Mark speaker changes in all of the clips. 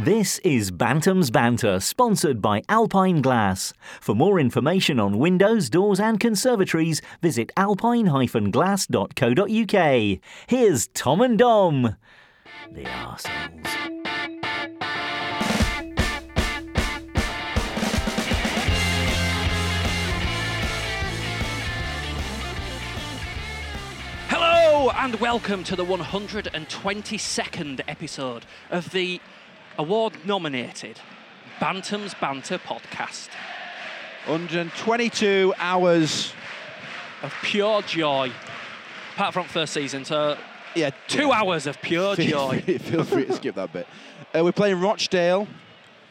Speaker 1: This is Bantam's Banter, sponsored by Alpine Glass. For more information on windows, doors, and conservatories, visit alpine-glass.co.uk. Here's Tom and Dom. The arseholes.
Speaker 2: Hello and welcome to the 122nd episode of the award nominated Bantam's Banter podcast
Speaker 3: 122 hours.
Speaker 2: of pure joy. Apart from first season, so
Speaker 3: Yeah,
Speaker 2: two hours of pure joy.
Speaker 3: Feel free to skip that bit. Uh, we're playing Rochdale.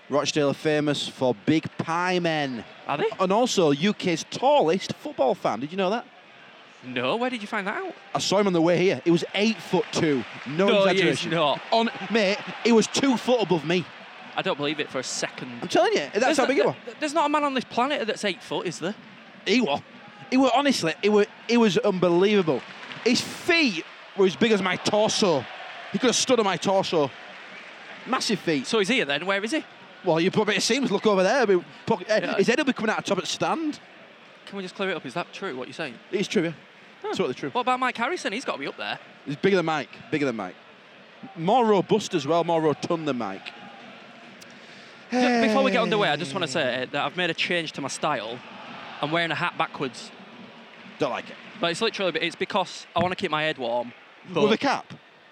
Speaker 3: Rochdale are famous for big pie men.
Speaker 2: Are they?
Speaker 3: And also UK's tallest football fan. Did you know that?
Speaker 2: No, where did you find that out?
Speaker 3: I saw him on the way here. He was eight foot two. No,
Speaker 2: No, he is
Speaker 3: exaggeration.
Speaker 2: not.
Speaker 3: On mate, he was two foot above me.
Speaker 2: I don't believe it for a
Speaker 3: I'm
Speaker 2: second.
Speaker 3: telling you, that's
Speaker 2: There's
Speaker 3: how
Speaker 2: not-
Speaker 3: big he was.
Speaker 2: th- There's not a man on this planet that's eight foot, is there?
Speaker 3: He was. He was honestly. He was. He was unbelievable. His feet were as big as my torso. He could have stood on my torso. Massive feet.
Speaker 2: So he's here then. Where is he?
Speaker 3: Well, you probably it seems look over there. I mean, pocket- eh,
Speaker 2: Yeah.
Speaker 3: His head will be coming out of top of the stand.
Speaker 2: Can we just clear it up? Is that true? What you're saying?
Speaker 3: It's trivia. Totally true.
Speaker 2: What about Mike Harrison? He's got to be up there.
Speaker 3: He's bigger than Mike. Bigger than Mike. More robust as well. More rotund than Mike.
Speaker 2: Ju- Before we get underway, I just want to say uh, that I've made a change to my style. I'm wearing a hat backwards,
Speaker 3: Don't like it.
Speaker 2: but it's literally it's because I want to keep my head warm. But
Speaker 3: With a cap.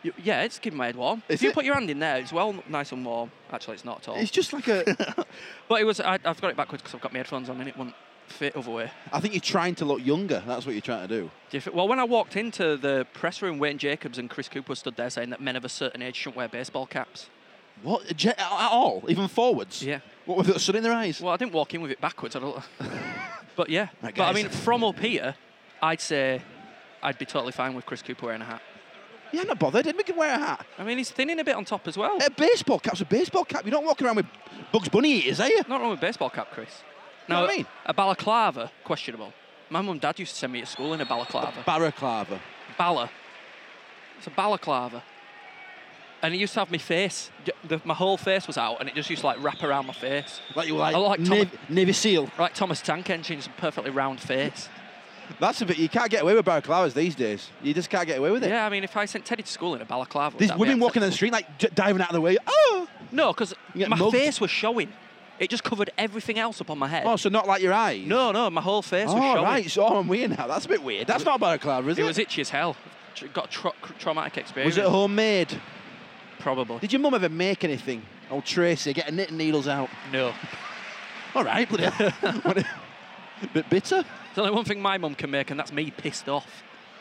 Speaker 2: Y- yeah, it's keeping my head warm.
Speaker 3: Is
Speaker 2: if you
Speaker 3: it?
Speaker 2: put your hand in there, it's well nice and warm. Actually, it's not at all.
Speaker 3: It's just like a.
Speaker 2: but it was I, I've got it backwards because I've got my headphones on and it won't fit other way.
Speaker 3: I think you're trying to look younger. That's what you're trying to do.
Speaker 2: Do you fe- Well, when I walked into the press room, Wayne Jacobs and Chris Cooper stood there saying that men of a certain age shouldn't wear baseball caps.
Speaker 3: What? Je- At all? Even forwards?
Speaker 2: Yeah.
Speaker 3: What with the sun in their eyes?
Speaker 2: Well, I didn't walk in with it backwards. I don't. but yeah,
Speaker 3: Right,
Speaker 2: but I
Speaker 3: guys.
Speaker 2: mean, from up here, I'd say I'd be totally fine with Chris Cooper wearing a hat.
Speaker 3: Yeah, I'm not bothered. We can wear a hat.
Speaker 2: I mean, he's thinning a bit on top as well.
Speaker 3: A baseball cap's a baseball cap. You don't walk around with Bugs Bunny eaters, are you?
Speaker 2: Not wrong with baseball cap, Chris.
Speaker 3: Know
Speaker 2: No,
Speaker 3: what I mean?
Speaker 2: a balaclava, questionable. My mum and dad used to send me to school in a balaclava.
Speaker 3: Barraclava.
Speaker 2: Bala. It's a balaclava. And it used to have my face. j- The, my whole face was out, and it just used to like wrap around my face.
Speaker 3: Like you were like,
Speaker 2: I like Tom-
Speaker 3: Navy, Navy SEAL.
Speaker 2: Like Thomas Tank Engine's perfectly round face.
Speaker 3: That's a bit. You can't get away with balaclavas these days. You just can't get away with it.
Speaker 2: Yeah, I mean, if I sent Teddy to school in a balaclava,
Speaker 3: These
Speaker 2: that'd be
Speaker 3: women
Speaker 2: upset.
Speaker 3: walking down the street, like j- diving out of the way. Oh,
Speaker 2: No, because
Speaker 3: You get
Speaker 2: my
Speaker 3: mugged.
Speaker 2: face was showing. It just covered everything else up on my head.
Speaker 3: oh, so not like your eyes.
Speaker 2: no, no, my whole face was
Speaker 3: Oh,
Speaker 2: showing.
Speaker 3: right. So I'm weird now. That's a bit weird. That's not a balaclava, is it?
Speaker 2: It was itchy as hell. Tr- Got a tra- traumatic experience.
Speaker 3: Was it homemade?
Speaker 2: Probably.
Speaker 3: Did your mum ever make anything? Old Tracy, get her knitting needles out.
Speaker 2: No.
Speaker 3: All right, bloody hell. What a- Bit bitter.
Speaker 2: There's only one thing my mum can make, and that's me pissed off.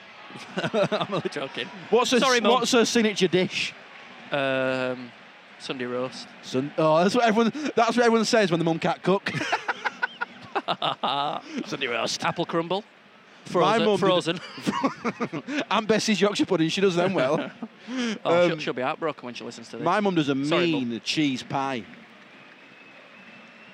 Speaker 2: I'm only joking.
Speaker 3: What's her,
Speaker 2: Sorry, Mum.
Speaker 3: what's her signature dish?
Speaker 2: Um, Sunday roast.
Speaker 3: Sun- oh, that's what everyone. That's what everyone says when the mum can't cook.
Speaker 2: Sunday roast. Apple crumble.
Speaker 3: My
Speaker 2: Frozen.
Speaker 3: mum did-
Speaker 2: frozen.
Speaker 3: Aunt Bessie's Yorkshire pudding. She does them well.
Speaker 2: oh,
Speaker 3: Um,
Speaker 2: she'll, she'll be heartbroken when she listens to this.
Speaker 3: My mum does a
Speaker 2: Sorry,
Speaker 3: mean cheese pie.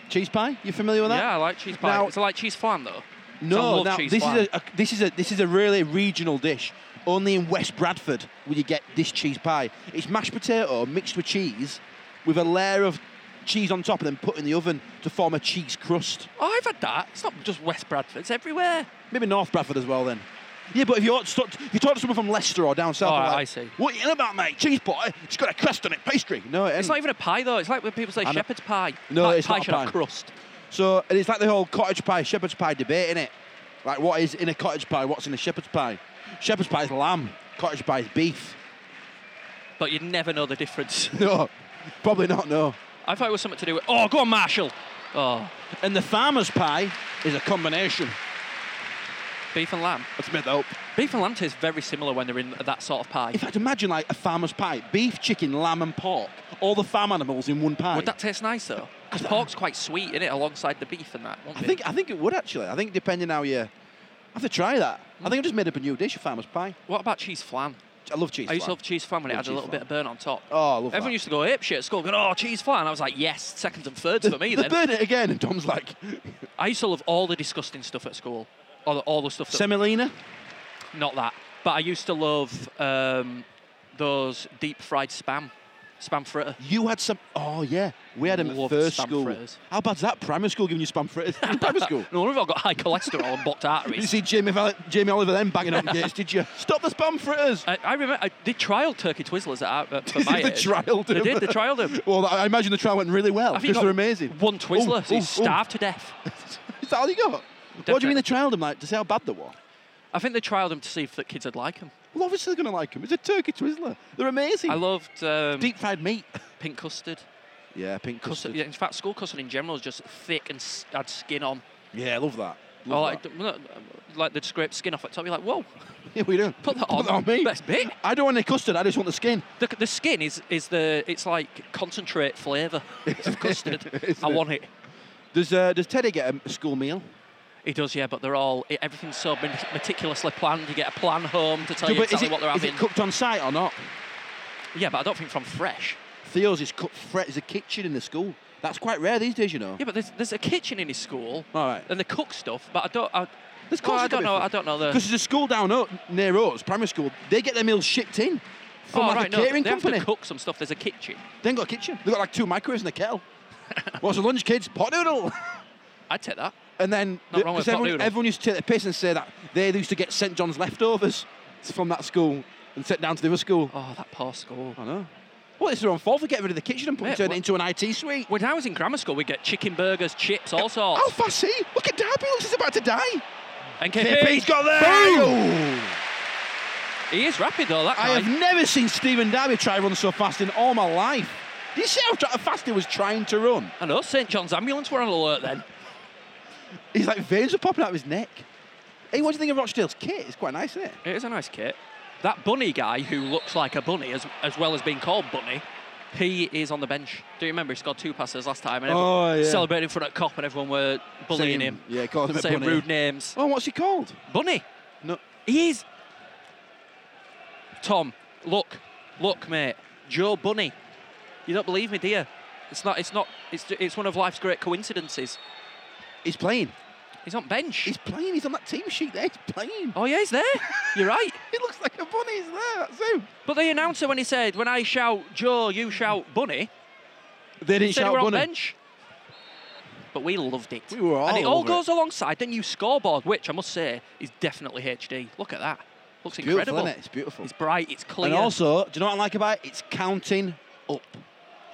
Speaker 3: Cheese pie? You familiar with that?
Speaker 2: yeah, I like cheese pie.
Speaker 3: Now-
Speaker 2: it's like cheese flan though. So I
Speaker 3: No,
Speaker 2: love
Speaker 3: now
Speaker 2: cheese
Speaker 3: this
Speaker 2: flan.
Speaker 3: is a, a this is a this is a really regional dish. Only in West Bradford will you get this cheese pie. It's mashed potato mixed with cheese, with a layer of cheese on top, and then put in the oven to form a cheese crust.
Speaker 2: Oh, I've had that. It's not just West Bradford. It's everywhere.
Speaker 3: Maybe North Bradford as well then. Yeah, but if you talk, if you talk to someone from Leicester or down south,
Speaker 2: Oh,
Speaker 3: they're
Speaker 2: I
Speaker 3: like,
Speaker 2: see.
Speaker 3: What you on about, mate? Cheese pie? It's got a crust on it, pastry. No, it
Speaker 2: It's
Speaker 3: ain't.
Speaker 2: not even a pie though. It's like when people say
Speaker 3: I know.
Speaker 2: shepherd's pie.
Speaker 3: No,
Speaker 2: Like,
Speaker 3: it's
Speaker 2: pie
Speaker 3: not a
Speaker 2: should
Speaker 3: pie.
Speaker 2: have crust.
Speaker 3: So and it's like the whole cottage pie, shepherd's pie debate, innit? Like what is in a cottage pie, what's in a shepherd's pie? Shepherd's pie is lamb, cottage pie is beef.
Speaker 2: But you'd never know the difference.
Speaker 3: No, probably not, no.
Speaker 2: I thought it was something to do with. Oh, go on, Marshall. Oh,
Speaker 3: And the farmer's pie is a combination.
Speaker 2: beef and lamb.
Speaker 3: That's made that up.
Speaker 2: Beef and lamb tastes very similar when they're in that sort of pie.
Speaker 3: In fact, imagine like a farmer's pie, beef, chicken, lamb and pork. All the farm animals in one pie.
Speaker 2: Would that taste nice though? Because pork's quite sweet in it alongside the beef and that. won't
Speaker 3: I
Speaker 2: it?
Speaker 3: think I think it would actually. I think depending how you I have to try that. I think I just made up a new dish, a farmer's pie.
Speaker 2: What about cheese flan?
Speaker 3: I love cheese.
Speaker 2: I used to
Speaker 3: flan.
Speaker 2: love cheese flan when it
Speaker 3: Love
Speaker 2: had a
Speaker 3: cheese
Speaker 2: little bit
Speaker 3: flan.
Speaker 2: of burn on top.
Speaker 3: Oh, I love
Speaker 2: Everyone
Speaker 3: that.
Speaker 2: used to go ape shit at school, going, "Oh, cheese flan." I was like, "Yes, seconds and thirds for me."
Speaker 3: They
Speaker 2: Then
Speaker 3: burn it again, and Tom's like
Speaker 2: I used to love all the disgusting stuff at school, all the, all the stuff. That,
Speaker 3: semolina.
Speaker 2: not that, but I used to love um, those deep fried spam. Spam fritter.
Speaker 3: You had some. Oh yeah, we had them at
Speaker 2: Loved
Speaker 3: first
Speaker 2: spam
Speaker 3: school.
Speaker 2: fritters.
Speaker 3: How bad's that? Primary school giving you spam fritters. in primary school.
Speaker 2: No wonder I've got high cholesterol and blocked
Speaker 3: You
Speaker 2: arteries.
Speaker 3: see Jamie, Val- Jamie Oliver then banging on gates, did you? Stop the spam fritters.
Speaker 2: I, I remember I, they trialed turkey twizzlers at, our- at for
Speaker 3: They
Speaker 2: my
Speaker 3: did- they
Speaker 2: age.
Speaker 3: trialled
Speaker 2: They
Speaker 3: them.
Speaker 2: did. They trialed them.
Speaker 3: Well, I imagine the trial went really well
Speaker 2: Have you
Speaker 3: because
Speaker 2: got
Speaker 3: they're amazing.
Speaker 2: One twizzler.
Speaker 3: Ooh,
Speaker 2: so he's
Speaker 3: ooh, ooh.
Speaker 2: starved to death.
Speaker 3: Is that all you got? What do you mean
Speaker 2: Definitely.
Speaker 3: they trialled them? Like to see how bad they were?
Speaker 2: I think they trialed them to see if the kids would like them.
Speaker 3: Well, obviously they're going to like them. It's a turkey twizzler. They're amazing.
Speaker 2: I loved um,
Speaker 3: Deep fried meat.
Speaker 2: pink custard.
Speaker 3: Yeah, pink
Speaker 2: custard.
Speaker 3: custard.
Speaker 2: yeah, in fact, school custard in general is just thick and s- had skin on.
Speaker 3: Yeah, I love that. Love
Speaker 2: Or like,
Speaker 3: that.
Speaker 2: no, like they'd scrape skin off at top. You're like, whoa,
Speaker 3: Yeah, we do.
Speaker 2: put that
Speaker 3: Put
Speaker 2: on.
Speaker 3: that on me.
Speaker 2: Best bit.
Speaker 3: I don't want any custard. I just want the skin.
Speaker 2: The, the skin is, is the it's like concentrate flavour of custard. I
Speaker 3: it?
Speaker 2: want it.
Speaker 3: Does uh, Does Teddy get a school meal?
Speaker 2: He does, yeah, but they're all i- everything's so min- meticulously planned. You get a plan home to tell
Speaker 3: Do-
Speaker 2: you
Speaker 3: but is
Speaker 2: exactly
Speaker 3: it-
Speaker 2: what they're
Speaker 3: is
Speaker 2: having.
Speaker 3: it cooked on site or not?
Speaker 2: yeah, but I don't think from fresh.
Speaker 3: Theo's is cooked fresh. There's a kitchen in the school. That's quite rare these days, you know.
Speaker 2: Yeah, but there's, there's a kitchen in his school,
Speaker 3: All right.
Speaker 2: and they cook stuff. But I don't. I,
Speaker 3: There's
Speaker 2: well,
Speaker 3: course
Speaker 2: I
Speaker 3: it could
Speaker 2: don't
Speaker 3: be
Speaker 2: know.
Speaker 3: fresh.
Speaker 2: I don't know the.
Speaker 3: Because there's a school down o- near us, primary school. They get their meals shipped in from
Speaker 2: oh,
Speaker 3: like
Speaker 2: right,
Speaker 3: a
Speaker 2: no,
Speaker 3: catering
Speaker 2: they
Speaker 3: company.
Speaker 2: have to cook some stuff. There's a kitchen.
Speaker 3: They ain't got a kitchen. They got like two microwaves and a kettle. What's for lunch, kids? Pot noodle.
Speaker 2: I'd take that.
Speaker 3: And then
Speaker 2: Not wrong with
Speaker 3: 'cause
Speaker 2: pot
Speaker 3: everyone,
Speaker 2: noodle.
Speaker 3: everyone used to take the piss and say that they used to get St John's leftovers from that school and sent down to the other school.
Speaker 2: Oh, that poor school.
Speaker 3: I know. Well, it's their own fault for getting rid of the kitchen and putting
Speaker 2: Mate,
Speaker 3: turn
Speaker 2: what-
Speaker 3: it into an IT suite.
Speaker 2: When I was in grammar school, we'd get chicken burgers, chips, all sorts.
Speaker 3: How fast he? Look at Derby, looks he's about to die.
Speaker 2: and
Speaker 3: KP's
Speaker 2: KP's
Speaker 3: got there.
Speaker 2: He is rapid though, that
Speaker 3: I
Speaker 2: guy.
Speaker 3: have never seen Stephen Derby try run so fast in all my life. Did you see how tra- fast he was trying to run?
Speaker 2: I know, St John's ambulance were on alert then.
Speaker 3: He's like veins are popping out of his neck. Hey, what do you think of Rochdale's kit? It's quite nice, isn't it?
Speaker 2: It is a nice kit. That bunny guy who looks like a bunny, as, as well as being called Bunny, he is on the bench. Do you remember he scored two passes last time and everyone
Speaker 3: Oh, yeah.
Speaker 2: celebrated in front of a cop and everyone were bullying
Speaker 3: Saying-
Speaker 2: him,
Speaker 3: Yeah, calling him a
Speaker 2: saying
Speaker 3: bunny.
Speaker 2: rude names.
Speaker 3: Oh, what's he called?
Speaker 2: Bunny,
Speaker 3: No,
Speaker 2: he is. Tom, look, look, mate, Joe Bunny. You don't believe me, do you? It's not. It's not. It's it's one of life's great coincidences.
Speaker 3: he's playing.
Speaker 2: He's on bench.
Speaker 3: He's playing. He's on that team sheet there. He's playing.
Speaker 2: oh yeah, he's there. You're right.
Speaker 3: He looks like a bunny. He's there. That's him.
Speaker 2: But the announcer, when he said, "When I shout Joe, you shout Bunny,"
Speaker 3: They didn't
Speaker 2: said he
Speaker 3: shout
Speaker 2: were on
Speaker 3: bunny.
Speaker 2: bench. But we loved it.
Speaker 3: We were all
Speaker 2: and it all
Speaker 3: over it.
Speaker 2: goes alongside the new scoreboard, which I must say is definitely HD. Look at that. Looks
Speaker 3: It's beautiful,
Speaker 2: incredible.
Speaker 3: isn't it? It's beautiful.
Speaker 2: It's bright. It's clear.
Speaker 3: and also, do you know what I like about it? It's counting up.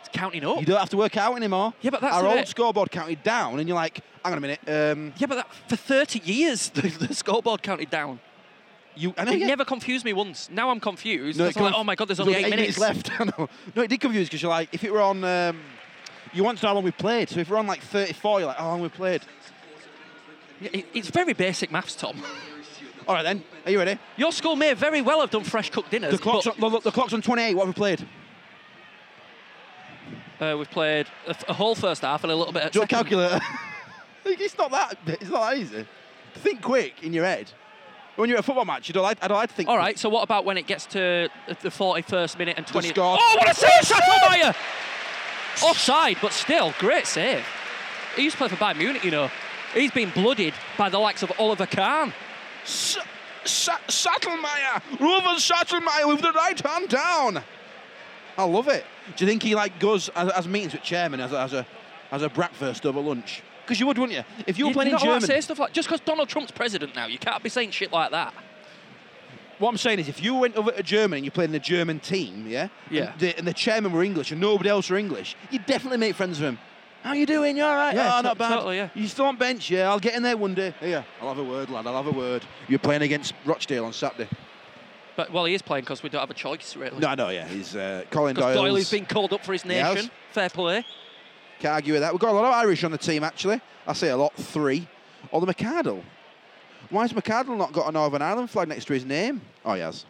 Speaker 2: it's counting up.
Speaker 3: You don't have to work out anymore.
Speaker 2: Yeah, but that's
Speaker 3: our
Speaker 2: the
Speaker 3: old
Speaker 2: bit-
Speaker 3: scoreboard counted down, and you're like, hang on a minute. Um,
Speaker 2: Yeah, but that, for 30 years, the, the scoreboard counted down.
Speaker 3: you, I know
Speaker 2: It
Speaker 3: yeah.
Speaker 2: never confused me once. Now I'm confused.
Speaker 3: No, it
Speaker 2: because I'm like,
Speaker 3: conf-
Speaker 2: oh my God, there's
Speaker 3: there's
Speaker 2: only eight, minutes.
Speaker 3: left. I know. No, it did confuse because you're like, if it were on, um, you want to know how long we played. So if we're on like 34, you're like, oh, how long we played?
Speaker 2: It- it's very basic maths, Tom.
Speaker 3: All right then, are you ready?
Speaker 2: Your school may very well have done fresh cooked dinners.
Speaker 3: The clock's,
Speaker 2: but,
Speaker 3: on, the, the- the clock's on 28. What have we played?
Speaker 2: uh, we've played a, f- a whole first half and a little bit at
Speaker 3: Do you
Speaker 2: second.
Speaker 3: want a calculator? it's not that. It's not that easy. Think quick in your head. When you're at a football match, you don't like. I don't like to think.
Speaker 2: All right, so what about when it gets to the 41st minute and 20th?
Speaker 3: score.
Speaker 2: Oh, what a save, Sattelmeyer! Offside, but still, great save. He used to play for Bayern Munich, you know. He's been blooded by the likes of Oliver Kahn.
Speaker 3: S- S- Sattelmeyer, Ruven Sattelmeyer with the right hand down. I love it. Do you think he like goes as, as meetings with chairman as, a- as a as a breakfast over lunch? Because you would, wouldn't you? If you were
Speaker 2: You're
Speaker 3: playing in
Speaker 2: not allowed
Speaker 3: Germany,
Speaker 2: to say stuff like just because Donald Trump's president now, you can't be saying shit like that.
Speaker 3: what I'm saying is, if you went over to Germany and you played in a German team, yeah,
Speaker 2: Yeah.
Speaker 3: and the, and the chairman were English and nobody else were English, you'd definitely make friends with him. How you doing? You all right?
Speaker 2: Yeah,
Speaker 3: oh,
Speaker 2: to-
Speaker 3: not bad.
Speaker 2: totally, yeah.
Speaker 3: You still on bench? Yeah, I'll get in there one day. Yeah, I'll have a word, lad. I'll have a word. You're playing against Rochdale on Saturday.
Speaker 2: But well, he is playing because we don't have a choice really.
Speaker 3: No, no, yeah, he's uh, Colin
Speaker 2: because
Speaker 3: Doyle's-
Speaker 2: Doyle has been called up for his
Speaker 3: Yes.
Speaker 2: nation. Fair play.
Speaker 3: Can't argue with that. We've got a lot of Irish on the team, actually. I say a lot, three. Or the McArdle. Why's McArdle not got a Northern Ireland flag next to his name? Oh, he has.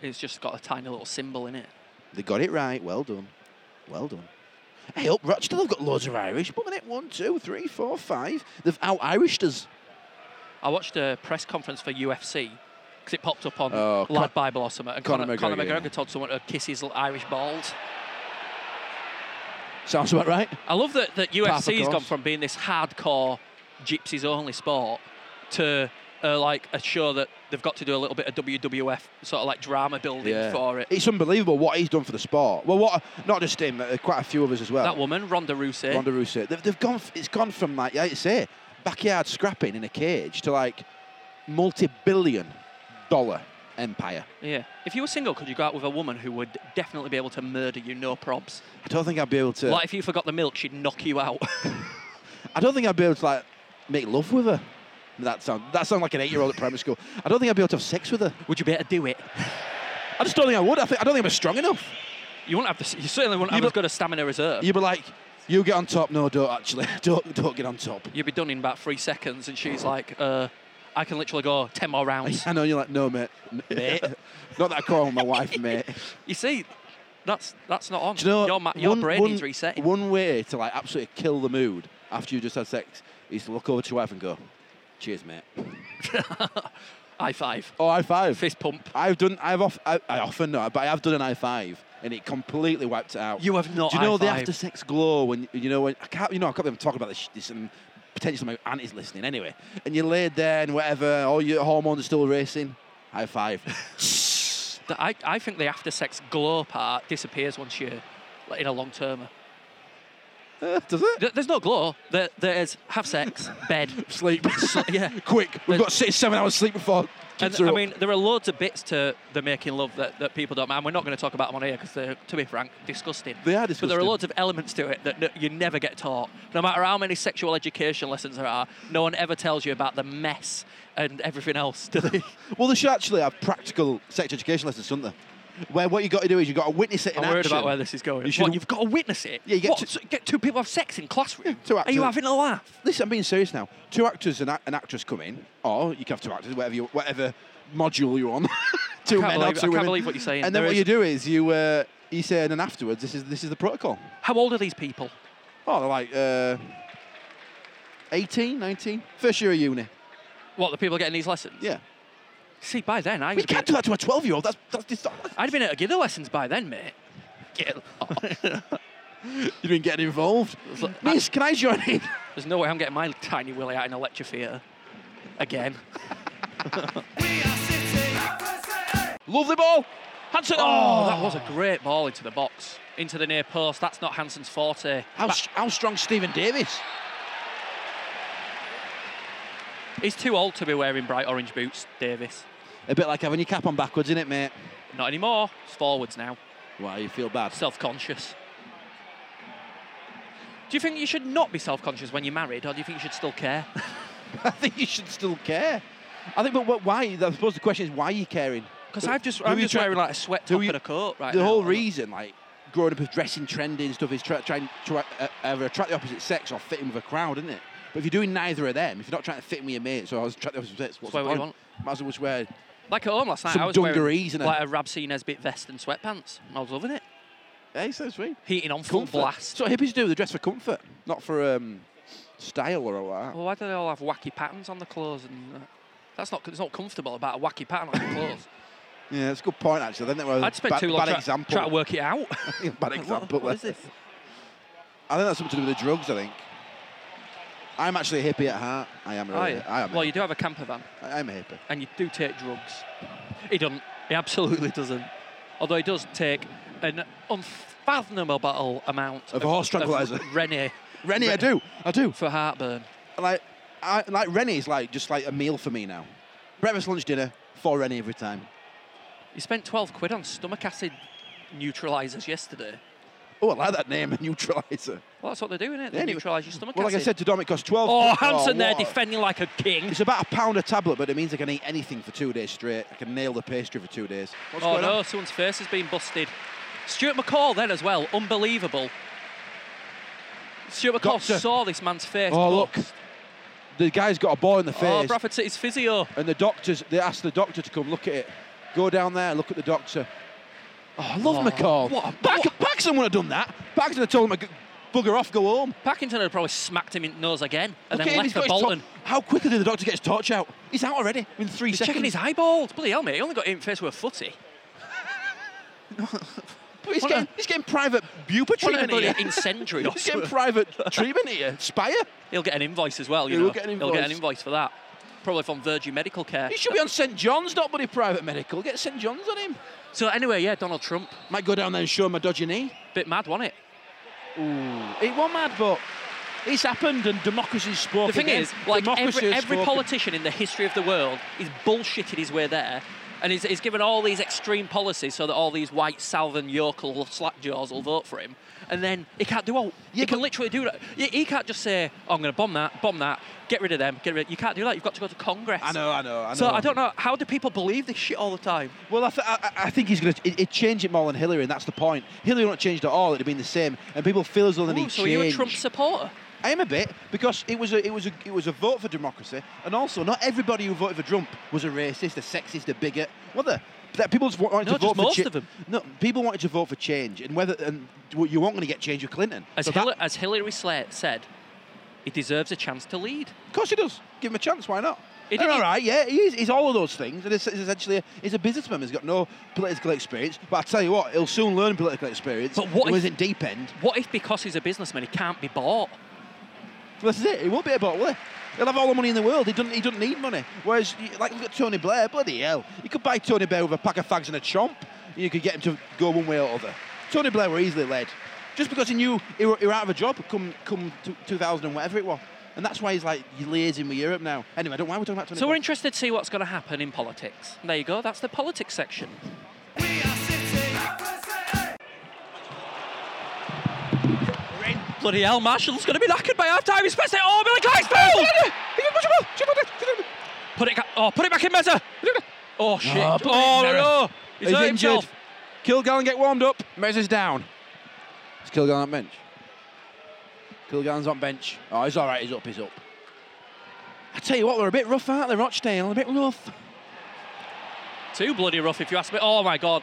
Speaker 2: He's just got a tiny little symbol in it.
Speaker 3: They got it right. Well done. Well done. Hey, up Rochdale, they've got loads of Irish. But minute one, two, three, four, five. They've out Irished us.
Speaker 2: I watched a press conference for UFC because it popped up on
Speaker 3: Oh, Con-
Speaker 2: Lad Bible or something, and
Speaker 3: Conor
Speaker 2: Conor, Conor
Speaker 3: McGregor,
Speaker 2: McGregor,
Speaker 3: yeah.
Speaker 2: told someone to kiss his little Irish balls.
Speaker 3: Sounds about right.
Speaker 2: I love that that
Speaker 3: Path
Speaker 2: UFC's
Speaker 3: across.
Speaker 2: gone from being this hardcore gypsies only sport to uh, like a show that they've got to do a little bit of WWF sort of like drama building for it.
Speaker 3: It's unbelievable what he's done for the sport. Well, what not just him, uh, quite a few of us as well.
Speaker 2: That woman, Ronda Rousey.
Speaker 3: Ronda Rousey. They've, they've gone. f- It's gone from like like you say, backyard scrapping in a cage to like multi-billion-dollar empire.
Speaker 2: Yeah. If you were single, could you go out with a woman who would definitely be able to murder you, no probs?
Speaker 3: I don't think I'd be able to.
Speaker 2: Like if you forgot the milk, she'd knock you out.
Speaker 3: I don't think I'd be able to like make love with her. That sound that sound like an eight-year-old at primary school. I don't think I'd be able to have sex with her.
Speaker 2: would you be able to do it?
Speaker 3: I just don't think I would. I, think, I don't think I'm strong enough.
Speaker 2: You wouldn't have the, s- You certainly wouldn't have
Speaker 3: but-
Speaker 2: as good a stamina reserve. You,
Speaker 3: You'd be like, you get on top. No, don't actually. Don't don't get on top.
Speaker 2: would be done in about three seconds, and she's like, uh, "I can literally go ten more rounds."
Speaker 3: I know you're like, no, mate, N- mate. Not that I call my wife, mate.
Speaker 2: you see, that's that's not on.
Speaker 3: Do you know
Speaker 2: your ma- your
Speaker 3: one-
Speaker 2: brain
Speaker 3: one-
Speaker 2: needs resetting.
Speaker 3: One way to like absolutely kill the mood after you just had sex is to look over to your wife and go, "Cheers, mate."
Speaker 2: High five,
Speaker 3: Oh, high five.
Speaker 2: fist pump.
Speaker 3: I've done. I've off. I, I often no, but I have done an I five, and it completely wiped it out.
Speaker 2: You have not
Speaker 3: Do you know the
Speaker 2: high-fived.
Speaker 3: after sex glow when you know when I can't. You know I can't believe I'm talking about this. this and potentially my aunt is listening anyway. And you're laid there and whatever. All your hormones are still racing. High five.
Speaker 2: The- I, I think the after sex glow part disappears once you like, in a long termer.
Speaker 3: Uh, Does it?
Speaker 2: There- There's no glow. There, there's have sex, bed.
Speaker 3: Sleep.
Speaker 2: So- yeah.
Speaker 3: Quick. We've
Speaker 2: Uh,
Speaker 3: got six, seven hours sleep before.
Speaker 2: And,
Speaker 3: kids are
Speaker 2: I
Speaker 3: up.
Speaker 2: mean, there are loads of bits to the making love that, that people don't mind. We're not going to talk about them on here because they're, to be frank, disgusting.
Speaker 3: They
Speaker 2: But there are
Speaker 3: are disgusting.
Speaker 2: loads of elements to it that n- you never get taught. No matter how many sexual education lessons there are, no one ever tells you about the mess and everything else, do they?
Speaker 3: Well, they should actually have practical sex education lessons, shouldn't they? Where what you got to do is you've got to witness it in
Speaker 2: I'm worried
Speaker 3: action.
Speaker 2: about where this is going.
Speaker 3: You
Speaker 2: You
Speaker 3: should-
Speaker 2: what, you've got to witness it.
Speaker 3: Yeah, you get
Speaker 2: what,
Speaker 3: to-
Speaker 2: so get two people have sex in classroom.
Speaker 3: two
Speaker 2: are you
Speaker 3: actors.
Speaker 2: having a laugh?
Speaker 3: Listen, I'm being serious now. Two actors and a- an actress come in, or you can have two actors, whatever you, whatever module you're on. two
Speaker 2: can't believe-
Speaker 3: men or two
Speaker 2: I can't
Speaker 3: women.
Speaker 2: believe what you're saying.
Speaker 3: And then
Speaker 2: There
Speaker 3: what
Speaker 2: is-
Speaker 3: you do is you uh, you say, and then afterwards, this is this is the protocol.
Speaker 2: How old are these people?
Speaker 3: Oh, they're like uh, 18, 19, first year of uni.
Speaker 2: What, the people getting these lessons?
Speaker 3: Yeah,
Speaker 2: See, by then, I
Speaker 3: we
Speaker 2: would be-
Speaker 3: can't do that to a 12 year old. That's that's dis-
Speaker 2: I'd have been at a Gither lessons by then, mate. Get-
Speaker 3: you didn't get involved.
Speaker 2: like-
Speaker 3: Miss, can I join in?
Speaker 2: There's no way I'm getting my tiny willy out in a lecture theatre again.
Speaker 3: Lovely ball, Hanson.
Speaker 2: Oh, that was a great ball into the box, into the near post. That's not Hansen's forte.
Speaker 3: How, s- how strong Stephen Davis?
Speaker 2: He's too old to be wearing bright orange boots, Davis.
Speaker 3: A bit like having your cap on backwards, isn't it, mate?
Speaker 2: Not anymore. It's forwards now.
Speaker 3: Why you feel bad?
Speaker 2: Self-conscious. Do you think you should not be self-conscious when you're married, or do you think you should still care?
Speaker 3: I think you should still care. I think, but what, why? I suppose the question is why are you caring?
Speaker 2: Because I've just,
Speaker 3: Who
Speaker 2: I'm
Speaker 3: you
Speaker 2: just
Speaker 3: try-
Speaker 2: wearing like a sweat
Speaker 3: who
Speaker 2: top
Speaker 3: you-
Speaker 2: and a coat right
Speaker 3: the
Speaker 2: now.
Speaker 3: whole reason, like growing up as dressing trendy and stuff, is try- trying to uh, either attract the opposite sex or fit in with a crowd, isn't it? But if you're doing neither of them, if you're not trying to fit in with your mates or attract the opposite sex, what's
Speaker 2: Just wear
Speaker 3: the
Speaker 2: what you
Speaker 3: point? Might as well just wear.
Speaker 2: Like at home last night,
Speaker 3: Some
Speaker 2: I was
Speaker 3: dungarees
Speaker 2: wearing
Speaker 3: and a-
Speaker 2: like a Rabsy Nesbitt vest and sweatpants. I was loving it.
Speaker 3: Hey, so sweet.
Speaker 2: Heating on full blast.
Speaker 3: That's what hippies do. They dress for comfort, not for um, style or all that.
Speaker 2: Well, why do they all have wacky patterns on the clothes? And uh, that's not it's not comfortable about a wacky pattern on your clothes.
Speaker 3: Yeah, that's a good point actually. I think that was
Speaker 2: I'd spend
Speaker 3: bad,
Speaker 2: too long
Speaker 3: bad
Speaker 2: trying
Speaker 3: example.
Speaker 2: try to work it out.
Speaker 3: bad example.
Speaker 2: what is
Speaker 3: there.
Speaker 2: this?
Speaker 3: I think that's something to do with the drugs. I think. I'm actually a hippie at heart. I am.
Speaker 2: Oh,
Speaker 3: Really.
Speaker 2: yeah.
Speaker 3: I am. a
Speaker 2: Well, you do have a camper van,
Speaker 3: hippie. I am a hippie.
Speaker 2: and you do take drugs. He doesn't. He absolutely doesn't. Although he does take an unfathomable amount
Speaker 3: Of a horse tranquilizer.
Speaker 2: Rennie
Speaker 3: Rennie, I do. I do.
Speaker 2: for heartburn.
Speaker 3: Like, I, like Rennie's like just like a meal for me now. Breakfast, lunch, dinner, for Rennie every time.
Speaker 2: He spent 12 quid on stomach acid neutralizers yesterday.
Speaker 3: Oh, I like that name, neutralizer.
Speaker 2: Well, that's what they're doing, it? They
Speaker 3: Yeah, anyway.
Speaker 2: neutralize your stomach
Speaker 3: Well, like
Speaker 2: acid.
Speaker 3: I said to Dom, it costs twelve.
Speaker 2: oh,
Speaker 3: quid.
Speaker 2: Hanson there
Speaker 3: what a-
Speaker 2: defending like a king.
Speaker 3: It's about a pound a tablet, but it means I can eat anything for two days straight. I can nail the pastry for two days. What's
Speaker 2: oh
Speaker 3: going
Speaker 2: no,
Speaker 3: on?
Speaker 2: someone's face has been busted. Stuart McCall then as well, unbelievable. Stuart McCall
Speaker 3: Doctor.
Speaker 2: saw this man's face.
Speaker 3: Oh, look.
Speaker 2: bust.
Speaker 3: The guy's got a ball in the
Speaker 2: Oh,
Speaker 3: face,
Speaker 2: Bradford City's physio.
Speaker 3: and the doctors they asked the doctor to come look at it. Go down there, look at the doctor. Oh, I love
Speaker 2: Oh,
Speaker 3: McCall.
Speaker 2: what a-
Speaker 3: Back, Paxton would have done that. Paxton had told him, "G- "Bugger off, go home."
Speaker 2: Packington had probably smacked him in the nose again and
Speaker 3: Look
Speaker 2: then
Speaker 3: at him,
Speaker 2: left
Speaker 3: he's
Speaker 2: for
Speaker 3: got his
Speaker 2: Bolton.
Speaker 3: tor- How quickly did the doctor get his torch out? He's out already in three
Speaker 2: He's
Speaker 3: seconds.
Speaker 2: checking his eyeballs. Bloody hell, mate. He only got hit in the face with a footy.
Speaker 3: But he's,
Speaker 2: What
Speaker 3: getting,
Speaker 2: a-
Speaker 3: he's getting private bupa
Speaker 2: What an
Speaker 3: treatment here.
Speaker 2: incendiary or
Speaker 3: he's getting
Speaker 2: something.
Speaker 3: private treatment here. Spire.
Speaker 2: He'll get an invoice as well, you
Speaker 3: He'll
Speaker 2: know.
Speaker 3: get an
Speaker 2: He'll get an
Speaker 3: invoice.
Speaker 2: invoice for that. probably from Virgin Medical Care.
Speaker 3: He should be on St John's, not Buddy Private Medical. Get St John's on him.
Speaker 2: So anyway, yeah, Donald Trump,
Speaker 3: Might go down there and show him a dodgy knee.
Speaker 2: bit mad, wasn't it?
Speaker 3: It was mad, but it's happened and democracy's spoken.
Speaker 2: The thing
Speaker 3: again.
Speaker 2: is, like
Speaker 3: Democracy
Speaker 2: every,
Speaker 3: has
Speaker 2: every
Speaker 3: spoken.
Speaker 2: politician in the history of the world, he's bullshitted his way there, and he's, he's given all these extreme policies so that all these white southern yokel slackjaws will vote for him, and then he can't do all.
Speaker 3: Yeah,
Speaker 2: he can
Speaker 3: but-
Speaker 2: literally do that. He, he can't just say, oh, "I'm going to bomb that, bomb that, get rid of them, get rid." You can't do that. You've got to go to Congress.
Speaker 3: I know, I know, I know.
Speaker 2: So I don't know how do people believe this shit all the time.
Speaker 3: Well, I, th- I, I- I think he's going to it, it change it more than Hillary, and that's the point. Hillary not changed at all; it'd have been the same. And people feel as though they
Speaker 2: Ooh,
Speaker 3: need
Speaker 2: so
Speaker 3: change.
Speaker 2: are you a Trump supporter?
Speaker 3: I am a bit because it was a it was a it was a vote for democracy, and also not everybody who voted for Trump was a racist, a sexist, a bigot. What the that people just wa- wanted
Speaker 2: No,
Speaker 3: to vote
Speaker 2: just
Speaker 3: for
Speaker 2: most
Speaker 3: cha-
Speaker 2: of them.
Speaker 3: No, people wanted to vote for change, and whether and well, you weren't going to get change with Clinton.
Speaker 2: As,
Speaker 3: So that-
Speaker 2: Hil- as Hillary Sla- said, he deserves a chance to lead.
Speaker 3: of course he does. Give him a chance. Why not?
Speaker 2: He
Speaker 3: They're
Speaker 2: did-
Speaker 3: all right, yeah, he is. He's all of those things, and it's, it's essentially a, he's a businessman. He's got no political experience, but I tell you what, he'll soon learn political experience.
Speaker 2: But what
Speaker 3: he
Speaker 2: if-
Speaker 3: was in deep end?
Speaker 2: What if because he's a businessman, he can't be bought?
Speaker 3: This is it. He won't be a bottle. will he? He'll have all the money in the world. He doesn't. He doesn't need money. Whereas, y- like, look at Tony Blair. Bloody hell! You could buy Tony Blair with a pack of fags and a chomp. And you could get him to go one way or other. Tony Blair were easily led, just because he knew he were, he were out of a job come come t- 2000 and whatever it was. And that's why he's like you're liaising with Europe now. Anyway, I don't know why we're talking about Tony.
Speaker 2: So
Speaker 3: Blair.
Speaker 2: we're interested to see what's going to happen in politics. There you go. That's the politics section. Bloody hell, Marshall's going to be knackered by half time. He's pressed it. Oh, Billy Clydesdale! Put it, ca- oh, put it back in Meza. Oh, shit.
Speaker 3: Oh,
Speaker 2: Oh,
Speaker 3: put it in Meza.
Speaker 2: no. He's,
Speaker 3: He's
Speaker 2: hurt
Speaker 3: injured.
Speaker 2: himself.
Speaker 3: Kilgallen get warmed up. Mezza's down. Is Kilgallen on bench? Kilgallen's on bench. Oh, he's all right. He's up. He's up. I tell you what, they're a bit rough, aren't they, Rochdale? A bit rough.
Speaker 2: Too bloody rough, if you ask me. Oh, my God.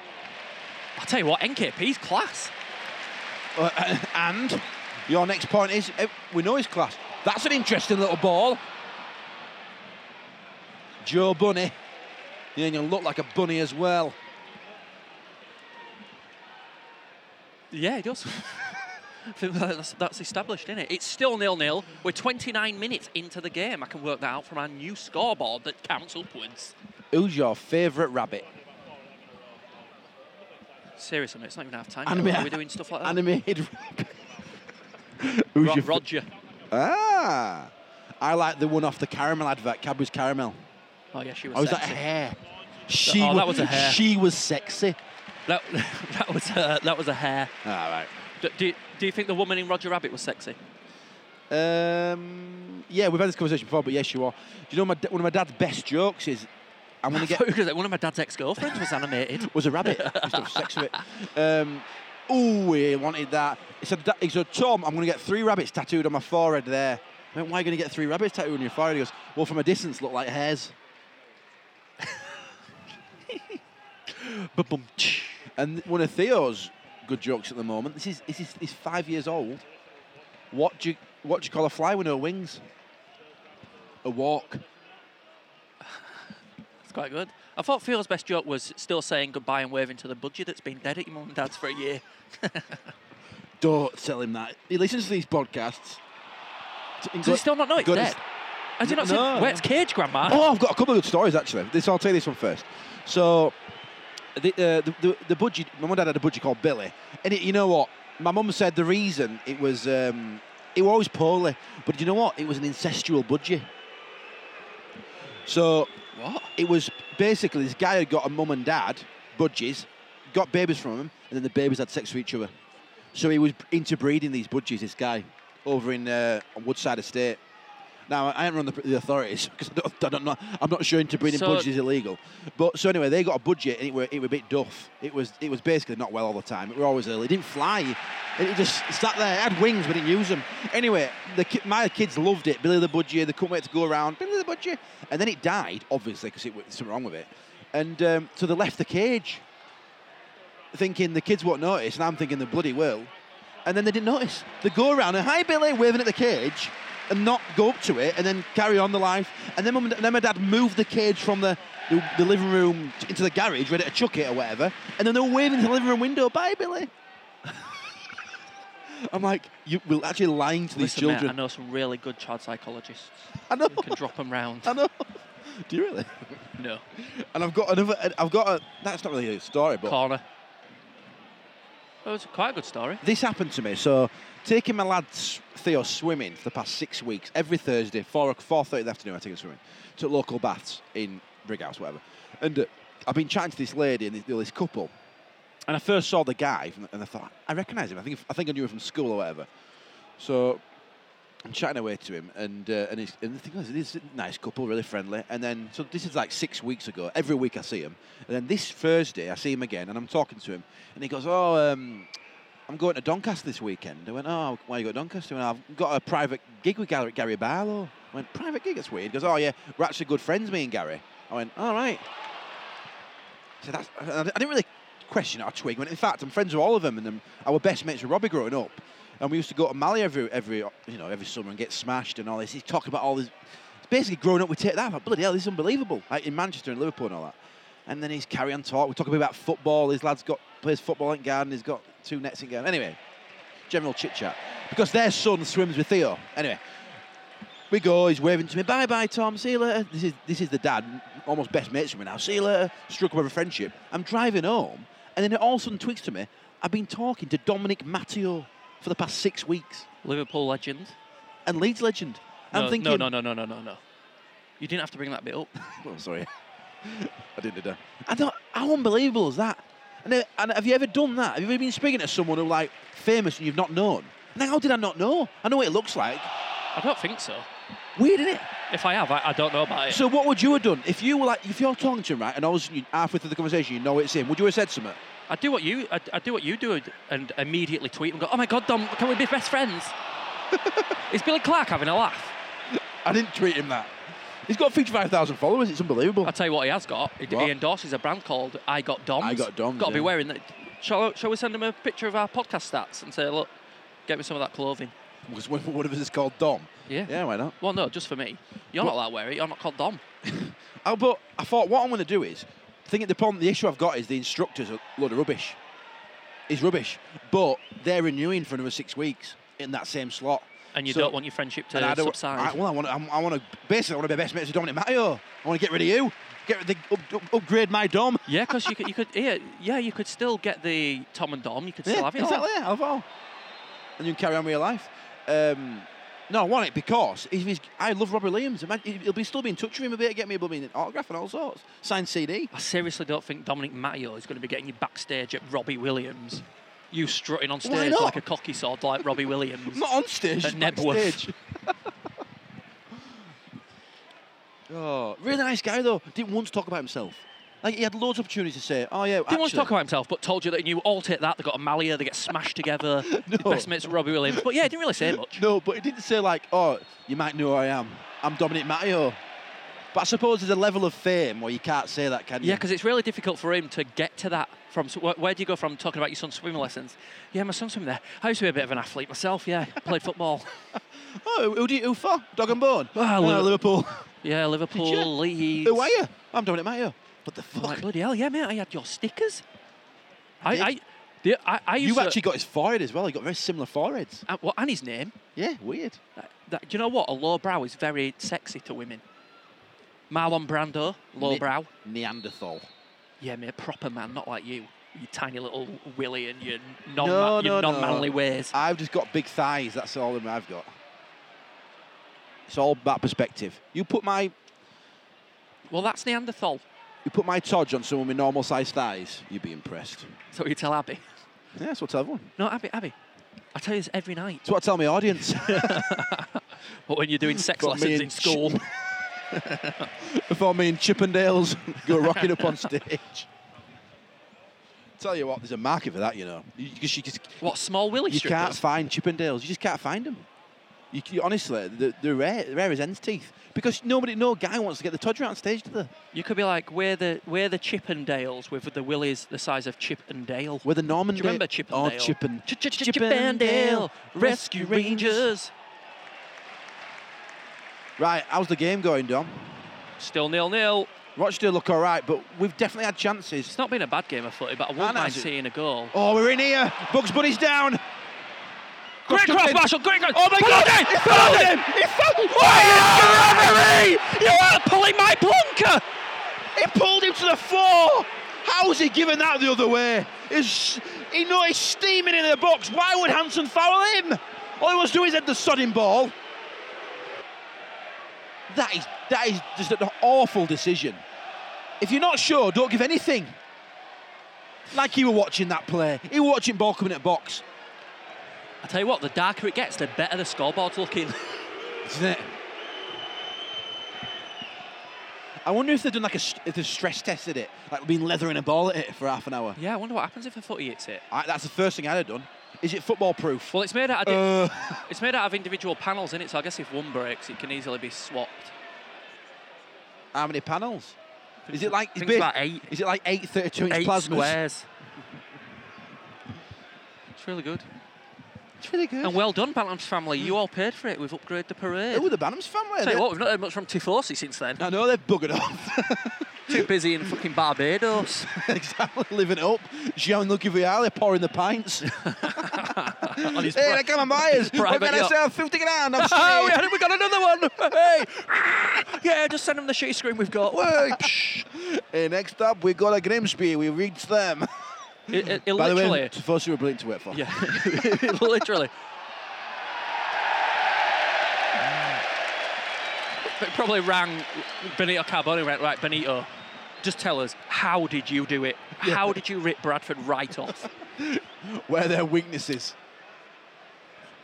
Speaker 2: I tell you what, NKP's class.
Speaker 3: Uh, uh, and your next point is eh, we know his class. That's an interesting little ball. Joe Bunny. Yeah, and you look like a bunny as well.
Speaker 2: Yeah, it does. I think that's, that's established, isn't it? It's still nil nil. We're 29 minutes into the game. I can work that out from our new scoreboard that counts upwards.
Speaker 3: Who's your favourite rabbit?
Speaker 2: Seriously, mate, it's not even half time.
Speaker 3: Anime-
Speaker 2: yet. Are we doing stuff like that?
Speaker 3: Animated rabbit. Who's
Speaker 2: Ro-
Speaker 3: your fa-
Speaker 2: Roger.
Speaker 3: Ah, I like the one off the caramel advert, Cadbury's caramel.
Speaker 2: Oh yeah, she was.
Speaker 3: Oh, was that a
Speaker 2: sexy.
Speaker 3: hair? She
Speaker 2: Oh,
Speaker 3: wa-
Speaker 2: that was a hair.
Speaker 3: She was sexy.
Speaker 2: That, that was her. That was a hair.
Speaker 3: All right.
Speaker 2: Do, do, do you think the woman in Roger Rabbit was sexy?
Speaker 3: Um, yeah, we've had this conversation before, but yes, you are. Do you know my, da- one of my dad's best jokes is, I'm gonna get
Speaker 2: because one of my dad's ex-girlfriends was animated.
Speaker 3: was a rabbit. I used to have sex with it. Um, ooh, he wanted that. He said, "Da- he said, Tom, I'm gonna get three rabbits tattooed on my forehead there. I went, why are you gonna get three rabbits tattooed on your forehead? He goes, well, from a distance, look like hairs.
Speaker 2: Ba-bum, tsh.
Speaker 3: And one of Theo's good jokes at the moment. This is this is he's five years old. What do you what do you call a fly with no wings? A walk.
Speaker 2: It's quite good. I thought Phil's best joke was still saying goodbye and waving to the budgie that's been dead at your mum and dad's for a year.
Speaker 3: Don't tell him that. He listens to these podcasts.
Speaker 2: Does he still not know it's
Speaker 3: Good
Speaker 2: dead?
Speaker 3: as-
Speaker 2: Has he not
Speaker 3: No.
Speaker 2: seen? Where's Cage, Grandma?
Speaker 3: Oh, I've got a couple of good stories actually. This I'll tell you this one first. So, the uh, the, the the budgie. My mum and dad had a budgie called Billy, and it, you know what? My mum said the reason it was um, it was always poorly, but you know what? It was an incestual budgie. So
Speaker 2: What?
Speaker 3: it was basically this guy had got a mum and dad, budgies, got babies from them, and then the babies had sex with each other. So he was interbreeding these budgies, this guy, over in uh, on Woodside Estate. Now, I haven't run the, the authorities because I don't, I don't know. I'm not sure interbreeding
Speaker 2: So-
Speaker 3: budgies is illegal. But so anyway, they got a budget and it were, it were a bit duff. It was it was basically not well all the time. It were always early. It didn't fly. It it just sat there. It had wings, but didn't use them. Anyway, the ki- my kids loved it. Billy the Budgie. They couldn't wait to go around. Billy the Budgie. And then it died, obviously, because it was something wrong with it. And um, so they left the cage, thinking the kids won't notice, and I'm thinking the bloody will and then they didn't notice. They go around and hi Billy, waving at the cage, and not go up to it, and then carry on the life. And then, mum and- then my dad moved the cage from the, the, the living room t- into the garage, ready to chuck it or whatever. And then they were waving to the living room window, bye Billy. I'm like, you, we're actually lying to these
Speaker 2: Listen, mate,
Speaker 3: children.
Speaker 2: I know some really good child psychologists.
Speaker 3: I know.
Speaker 2: who can drop them round.
Speaker 3: I know. Do you really?
Speaker 2: No.
Speaker 3: And I've got another. I've got a. That's not really a story, but
Speaker 2: Corner. That was quite a good story.
Speaker 3: this happened to me. So taking my lad S- Theo swimming for the past six weeks, every Thursday, four four thirty in the afternoon, I take him swimming to local baths in Brighouse, whatever. And uh, I've been chatting to this lady and this, this couple, and I first saw the guy, from, and I thought I recognise him. I think I think I knew him from school or whatever. So I'm chatting away to him, and uh, and, he's, and the thing was, this is a nice couple, really friendly. And then, so this is like six weeks ago. Every week I see him, and then this Thursday I see him again, and I'm talking to him, and he goes, "Oh, um, I'm going to Doncaster this weekend." I went, "Oh, why you go to Doncaster?" And I've got a private gig with Gary, Gary Barlow. I went, "Private gig? That's weird." He goes, "Oh yeah, we're actually good friends, me and Gary." I went, "All right." So that's I I didn't really question it or twig. When in fact, I'm friends with all of them, and um, our best mates were Robbie growing up, and we used to go to Mali every every you know every summer and get smashed and all this. He's talking about all this. It's basically growing up with take that. I'm Like, Bloody hell, this is unbelievable. Like in Manchester and Liverpool and all that. And then he's carry on talk. We're talking about football. His lad's got plays football in Garden. He's got two nets in Garden. Anyway, general chit chat because their son swims with Theo. Anyway, we go. He's waving to me. Bye bye, Tom. See you later. This is this is the dad, almost best mates with me now. See you later. Struck up a friendship. I'm driving home, and then it all of a sudden twigs to me. I've been talking to Dominic Matteo for the past six weeks,
Speaker 2: Liverpool legend.
Speaker 3: and Leeds legend. I'm
Speaker 2: no,
Speaker 3: thinking.
Speaker 2: no, no, no, no, no, no, no. You didn't have to bring that bit up.
Speaker 3: Oh, sorry, I didn't do that. I don't. How unbelievable is that? And, uh, and have you ever done that? Have you ever been speaking to someone who like famous and you've not known? Now, how did I not know? I know what it looks like.
Speaker 2: I don't think so.
Speaker 3: Weird, isn't it?
Speaker 2: If I have, I, I don't know about it.
Speaker 3: So what would you have done if you were like if you're talking to him right and all of a sudden you, halfway through the conversation you know it's him? Would you have said something?
Speaker 2: I do what you, I, I do what you do, and immediately tweet and go, "Oh my God, Dom, can we be best friends?" Is Billy Clark having a laugh?
Speaker 3: I didn't tweet him that. He's got 55,000 followers. It's unbelievable.
Speaker 2: I tell you what, he has got. He,
Speaker 3: What?
Speaker 2: he endorses a brand called I Got Doms.
Speaker 3: I Got Doms,
Speaker 2: Got to be
Speaker 3: yeah.
Speaker 2: wearing that. Shall, shall we send him a picture of our podcast stats and say, "Look, get me some of that clothing."
Speaker 3: Because one one of us is called Dom.
Speaker 2: Yeah.
Speaker 3: Yeah, why not?
Speaker 2: Well, no, just for me. You're not allowed to wear it. You're not called Dom.
Speaker 3: Oh, but I thought what I'm going to do is, I think the problem, the issue I've got is the instructors are a load of rubbish. Is rubbish, but they're renewing for another six weeks in that same slot.
Speaker 2: And you
Speaker 3: So-
Speaker 2: don't want your friendship to
Speaker 3: and I don't.
Speaker 2: subside.
Speaker 3: I, well, I want. I want to basically I want to be best mates with Dominic Matteo. I want to get rid of you. Get rid of the, up, up- upgrade my Dom.
Speaker 2: yeah, because you could, you could, yeah, yeah, you could still get the Tom and Dom. You could still have it. all.
Speaker 3: exactly. Yeah, have all. And you can carry on with your life. Um, no, I want it because if he's, I love Robbie Williams. Imagine, he'll be still be in touch with him a bit, get me a blooming autograph and all sorts. Signed CD.
Speaker 2: I seriously don't think Dominic Matteo is going to be getting you backstage at Robbie Williams. You strutting on stage
Speaker 3: not?
Speaker 2: like a cocky sod like Robbie Williams.
Speaker 3: I'm not on stage.
Speaker 2: At
Speaker 3: I'm
Speaker 2: Nebworth.
Speaker 3: backstage. oh, really nice guy though. Didn't once talk about himself. Like he had loads of opportunities to say, "Oh yeah."
Speaker 2: Didn't want to talk about himself, but told you that you all take that. They got a Malia, they get smashed together.
Speaker 3: No.
Speaker 2: Best mates with Robbie Williams. But yeah, he didn't really say much.
Speaker 3: No, but he didn't say like, "Oh, you might know who I am. I'm Dominic Matteo." But I suppose there's a level of fame where you can't say that, can you?
Speaker 2: Yeah, because it's really difficult for him to get to that. From so wh- where do you go from talking about your son's swimming lessons? Yeah, my son's swimming there. I used to be a bit of an athlete myself. Yeah, played football.
Speaker 3: Oh, who do you, who for? Dog and bone.
Speaker 2: Ah,
Speaker 3: Oh,
Speaker 2: Liver-
Speaker 3: Liverpool.
Speaker 2: Yeah,
Speaker 3: you?
Speaker 2: Liverpool, Leeds.
Speaker 3: who are you? I'm Dominic Matteo. What the
Speaker 2: I'm
Speaker 3: fuck?
Speaker 2: like bloody hell, yeah, mate. I had your stickers. I,
Speaker 3: Did?
Speaker 2: I, the, I, I used
Speaker 3: you
Speaker 2: to,
Speaker 3: actually got his forehead as well. He got very similar foreheads.
Speaker 2: uh, well, and his name.
Speaker 3: Yeah, weird.
Speaker 2: Uh, That, do you know what? A low brow is very sexy to women. Marlon Brando, low
Speaker 3: Ne-
Speaker 2: brow.
Speaker 3: Neanderthal.
Speaker 2: Yeah, mate, proper man, not like you. You tiny little willy and your non
Speaker 3: No,
Speaker 2: your
Speaker 3: no, no.
Speaker 2: non-manly ways.
Speaker 3: I've just got big thighs. That's all that I've got. It's all about perspective. You put my
Speaker 2: Well, that's Neanderthal.
Speaker 3: you put my todge on someone with normal sized thighs, you'd be impressed.
Speaker 2: So you tell Abby.
Speaker 3: Yeah, that's what I tell everyone.
Speaker 2: No, Abby, Abby. I tell you this every night.
Speaker 3: That's what I tell my audience.
Speaker 2: But when you're doing sex
Speaker 3: Got me
Speaker 2: lessons
Speaker 3: in
Speaker 2: in school,
Speaker 3: Before me and Chippendales go rocking up on stage. Tell you what, there's a market for that, you know. You, 'cause you just,
Speaker 2: what small willy
Speaker 3: you can't
Speaker 2: strippers?
Speaker 3: find Chippendales. You just can't find them. You, c- you- honestly, they're, they're rare, rare as hen's teeth. Because nobody, no guy wants to get the todger out on stage, do they?
Speaker 2: You could be like, we're the we're the Chippendales with the willies the size of Chip and Dale.
Speaker 3: With the Norman.
Speaker 2: Do you remember
Speaker 3: Oh,
Speaker 2: Chippendale?
Speaker 3: Chippen.
Speaker 2: Ch- ch- Chippendale Rescue Rangers.
Speaker 3: Right, how's the game going, Dom?
Speaker 2: Still nil nil.
Speaker 3: Rochdale look all right, but we've definitely had chances.
Speaker 2: It's not been a bad game of footy, but I wouldn't
Speaker 3: no,
Speaker 2: mind
Speaker 3: it's-
Speaker 2: seeing a goal.
Speaker 3: Oh, we're in here. Bugs Bunny's down.
Speaker 2: Great
Speaker 3: Costa
Speaker 2: cross,
Speaker 3: Vince.
Speaker 2: Marshall. Great cross.
Speaker 3: Oh my God!
Speaker 2: Penalty!
Speaker 3: He fouled him! He fouled him! Why is Gary?
Speaker 2: You are pulling my plug!
Speaker 3: to the floor. How's he giving that the other way? Is he know he's steaming in the box? Why would Hanson foul him? All he wants to do is head the sodding ball. That is that is just an awful decision. If you're not sure, don't give anything. Like he were watching that play. He were watching ball coming at box.
Speaker 2: I tell you what, the darker it gets, the better the scoreboard's looking.
Speaker 3: Isn't it? I wonder if they've done like a st- if they've stress tested it, like been leathering a ball at it for half an hour.
Speaker 2: yeah, I wonder what happens if a footy hits it.
Speaker 3: I, that's the first thing I'd have done. Is it football proof?
Speaker 2: Well, it's made out of di-
Speaker 3: Uh,
Speaker 2: it's made out of individual panels in it, so I guess if one breaks, it can easily be swapped.
Speaker 3: how many panels? Is it like
Speaker 2: I
Speaker 3: is,
Speaker 2: think it's about eight,
Speaker 3: it like eight 32 inch
Speaker 2: eight
Speaker 3: plasmas?
Speaker 2: squares? it's really good.
Speaker 3: It's really good.
Speaker 2: And well done, Balance family. You all paid for it. We've upgraded the parade.
Speaker 3: Who were the Bantams family?
Speaker 2: Tell you
Speaker 3: They-
Speaker 2: what, we've not heard much from Tifosi since then.
Speaker 3: I know they've buggered off.
Speaker 2: Too busy in fucking Barbados.
Speaker 3: exactly, living it up. Gianluca Vialli pouring the pints.
Speaker 2: on his
Speaker 3: hey,
Speaker 2: pri-
Speaker 3: I got my buyers. We're
Speaker 2: private
Speaker 3: going to
Speaker 2: yacht.
Speaker 3: sell 50 grand. I'm
Speaker 2: Oh, we,
Speaker 3: straight.
Speaker 2: had it, we got another one! Hey! yeah, just send them the shitty screen we've got.
Speaker 3: Hey, psh. Hey, next up, we got a Grimsby. We reached them.
Speaker 2: It, it- it
Speaker 3: By the
Speaker 2: literally.
Speaker 3: way, um, Tifosi were brilliant to work for.
Speaker 2: yeah, It literally. But it probably rang Benito Carboni and went, right, Benito, just tell us, how did you do it?
Speaker 3: Yeah.
Speaker 2: How did you rip Bradford right off?
Speaker 3: Where their weaknesses.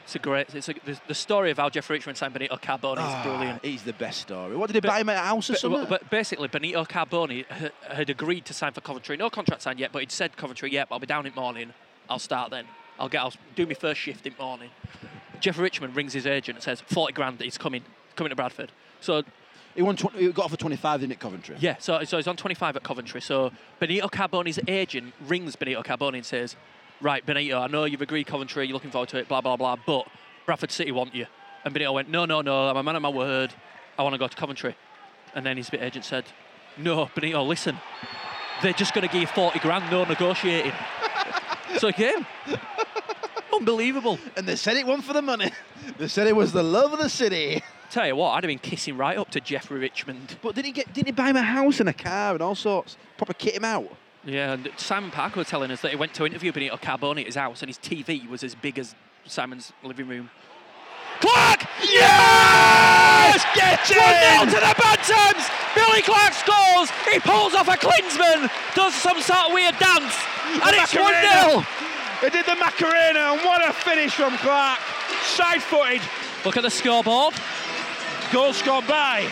Speaker 2: It's a great, it's a, the, the story of how Jeff Richmond signed Benito Carboni
Speaker 3: Ah,
Speaker 2: is brilliant.
Speaker 3: He's the best story. What did he
Speaker 2: But-
Speaker 3: buy him at a house or
Speaker 2: But,
Speaker 3: something?
Speaker 2: well, but basically, Benito Carboni h- had agreed to sign for Coventry. No contract signed yet, but he'd said Coventry, yep, I'll be down in morning. I'll start then. I'll get, I'll do my first shift in morning. Jeff Richmond rings his agent and says, 40 grand, he's coming, coming to Bradford. So,
Speaker 3: he won. 20, he got off for 25, didn't it, Coventry?
Speaker 2: yeah, so, so he's on 25 at Coventry. So, Benito Carboni's agent rings Benito Carboni and says, right, Benito, I know you've agreed Coventry, you're looking forward to it, blah, blah, blah, but Bradford City want you. And Benito went, no, no, no, I'm a man of my word. I want to go to Coventry. And then his agent said, no, Benito, listen, they're just going to give you 40 grand, no negotiating. so he came. Unbelievable.
Speaker 3: And they said it wasn't for the money. They said it was the love of the city.
Speaker 2: Tell you what, I'd have been kissing right up to Jeffrey Richmond.
Speaker 3: But didn't he get? Didn't he buy him a house and a car and all sorts? Proper kit him out.
Speaker 2: Yeah, and Simon Parker was telling us that he went to interview Benito Carboni at his house, and his TV was as big as Simon's living room. Clark! Yes!
Speaker 3: Get
Speaker 2: One 0
Speaker 3: in!
Speaker 2: to the bad times. Billy Clark scores. He pulls off a Klinsman, does some sort of weird dance, and it's one
Speaker 3: Macarena.
Speaker 2: 0
Speaker 3: He did the Macarena and what a finish from Clark. Side footed.
Speaker 2: Look at the scoreboard.
Speaker 3: Goal scored by.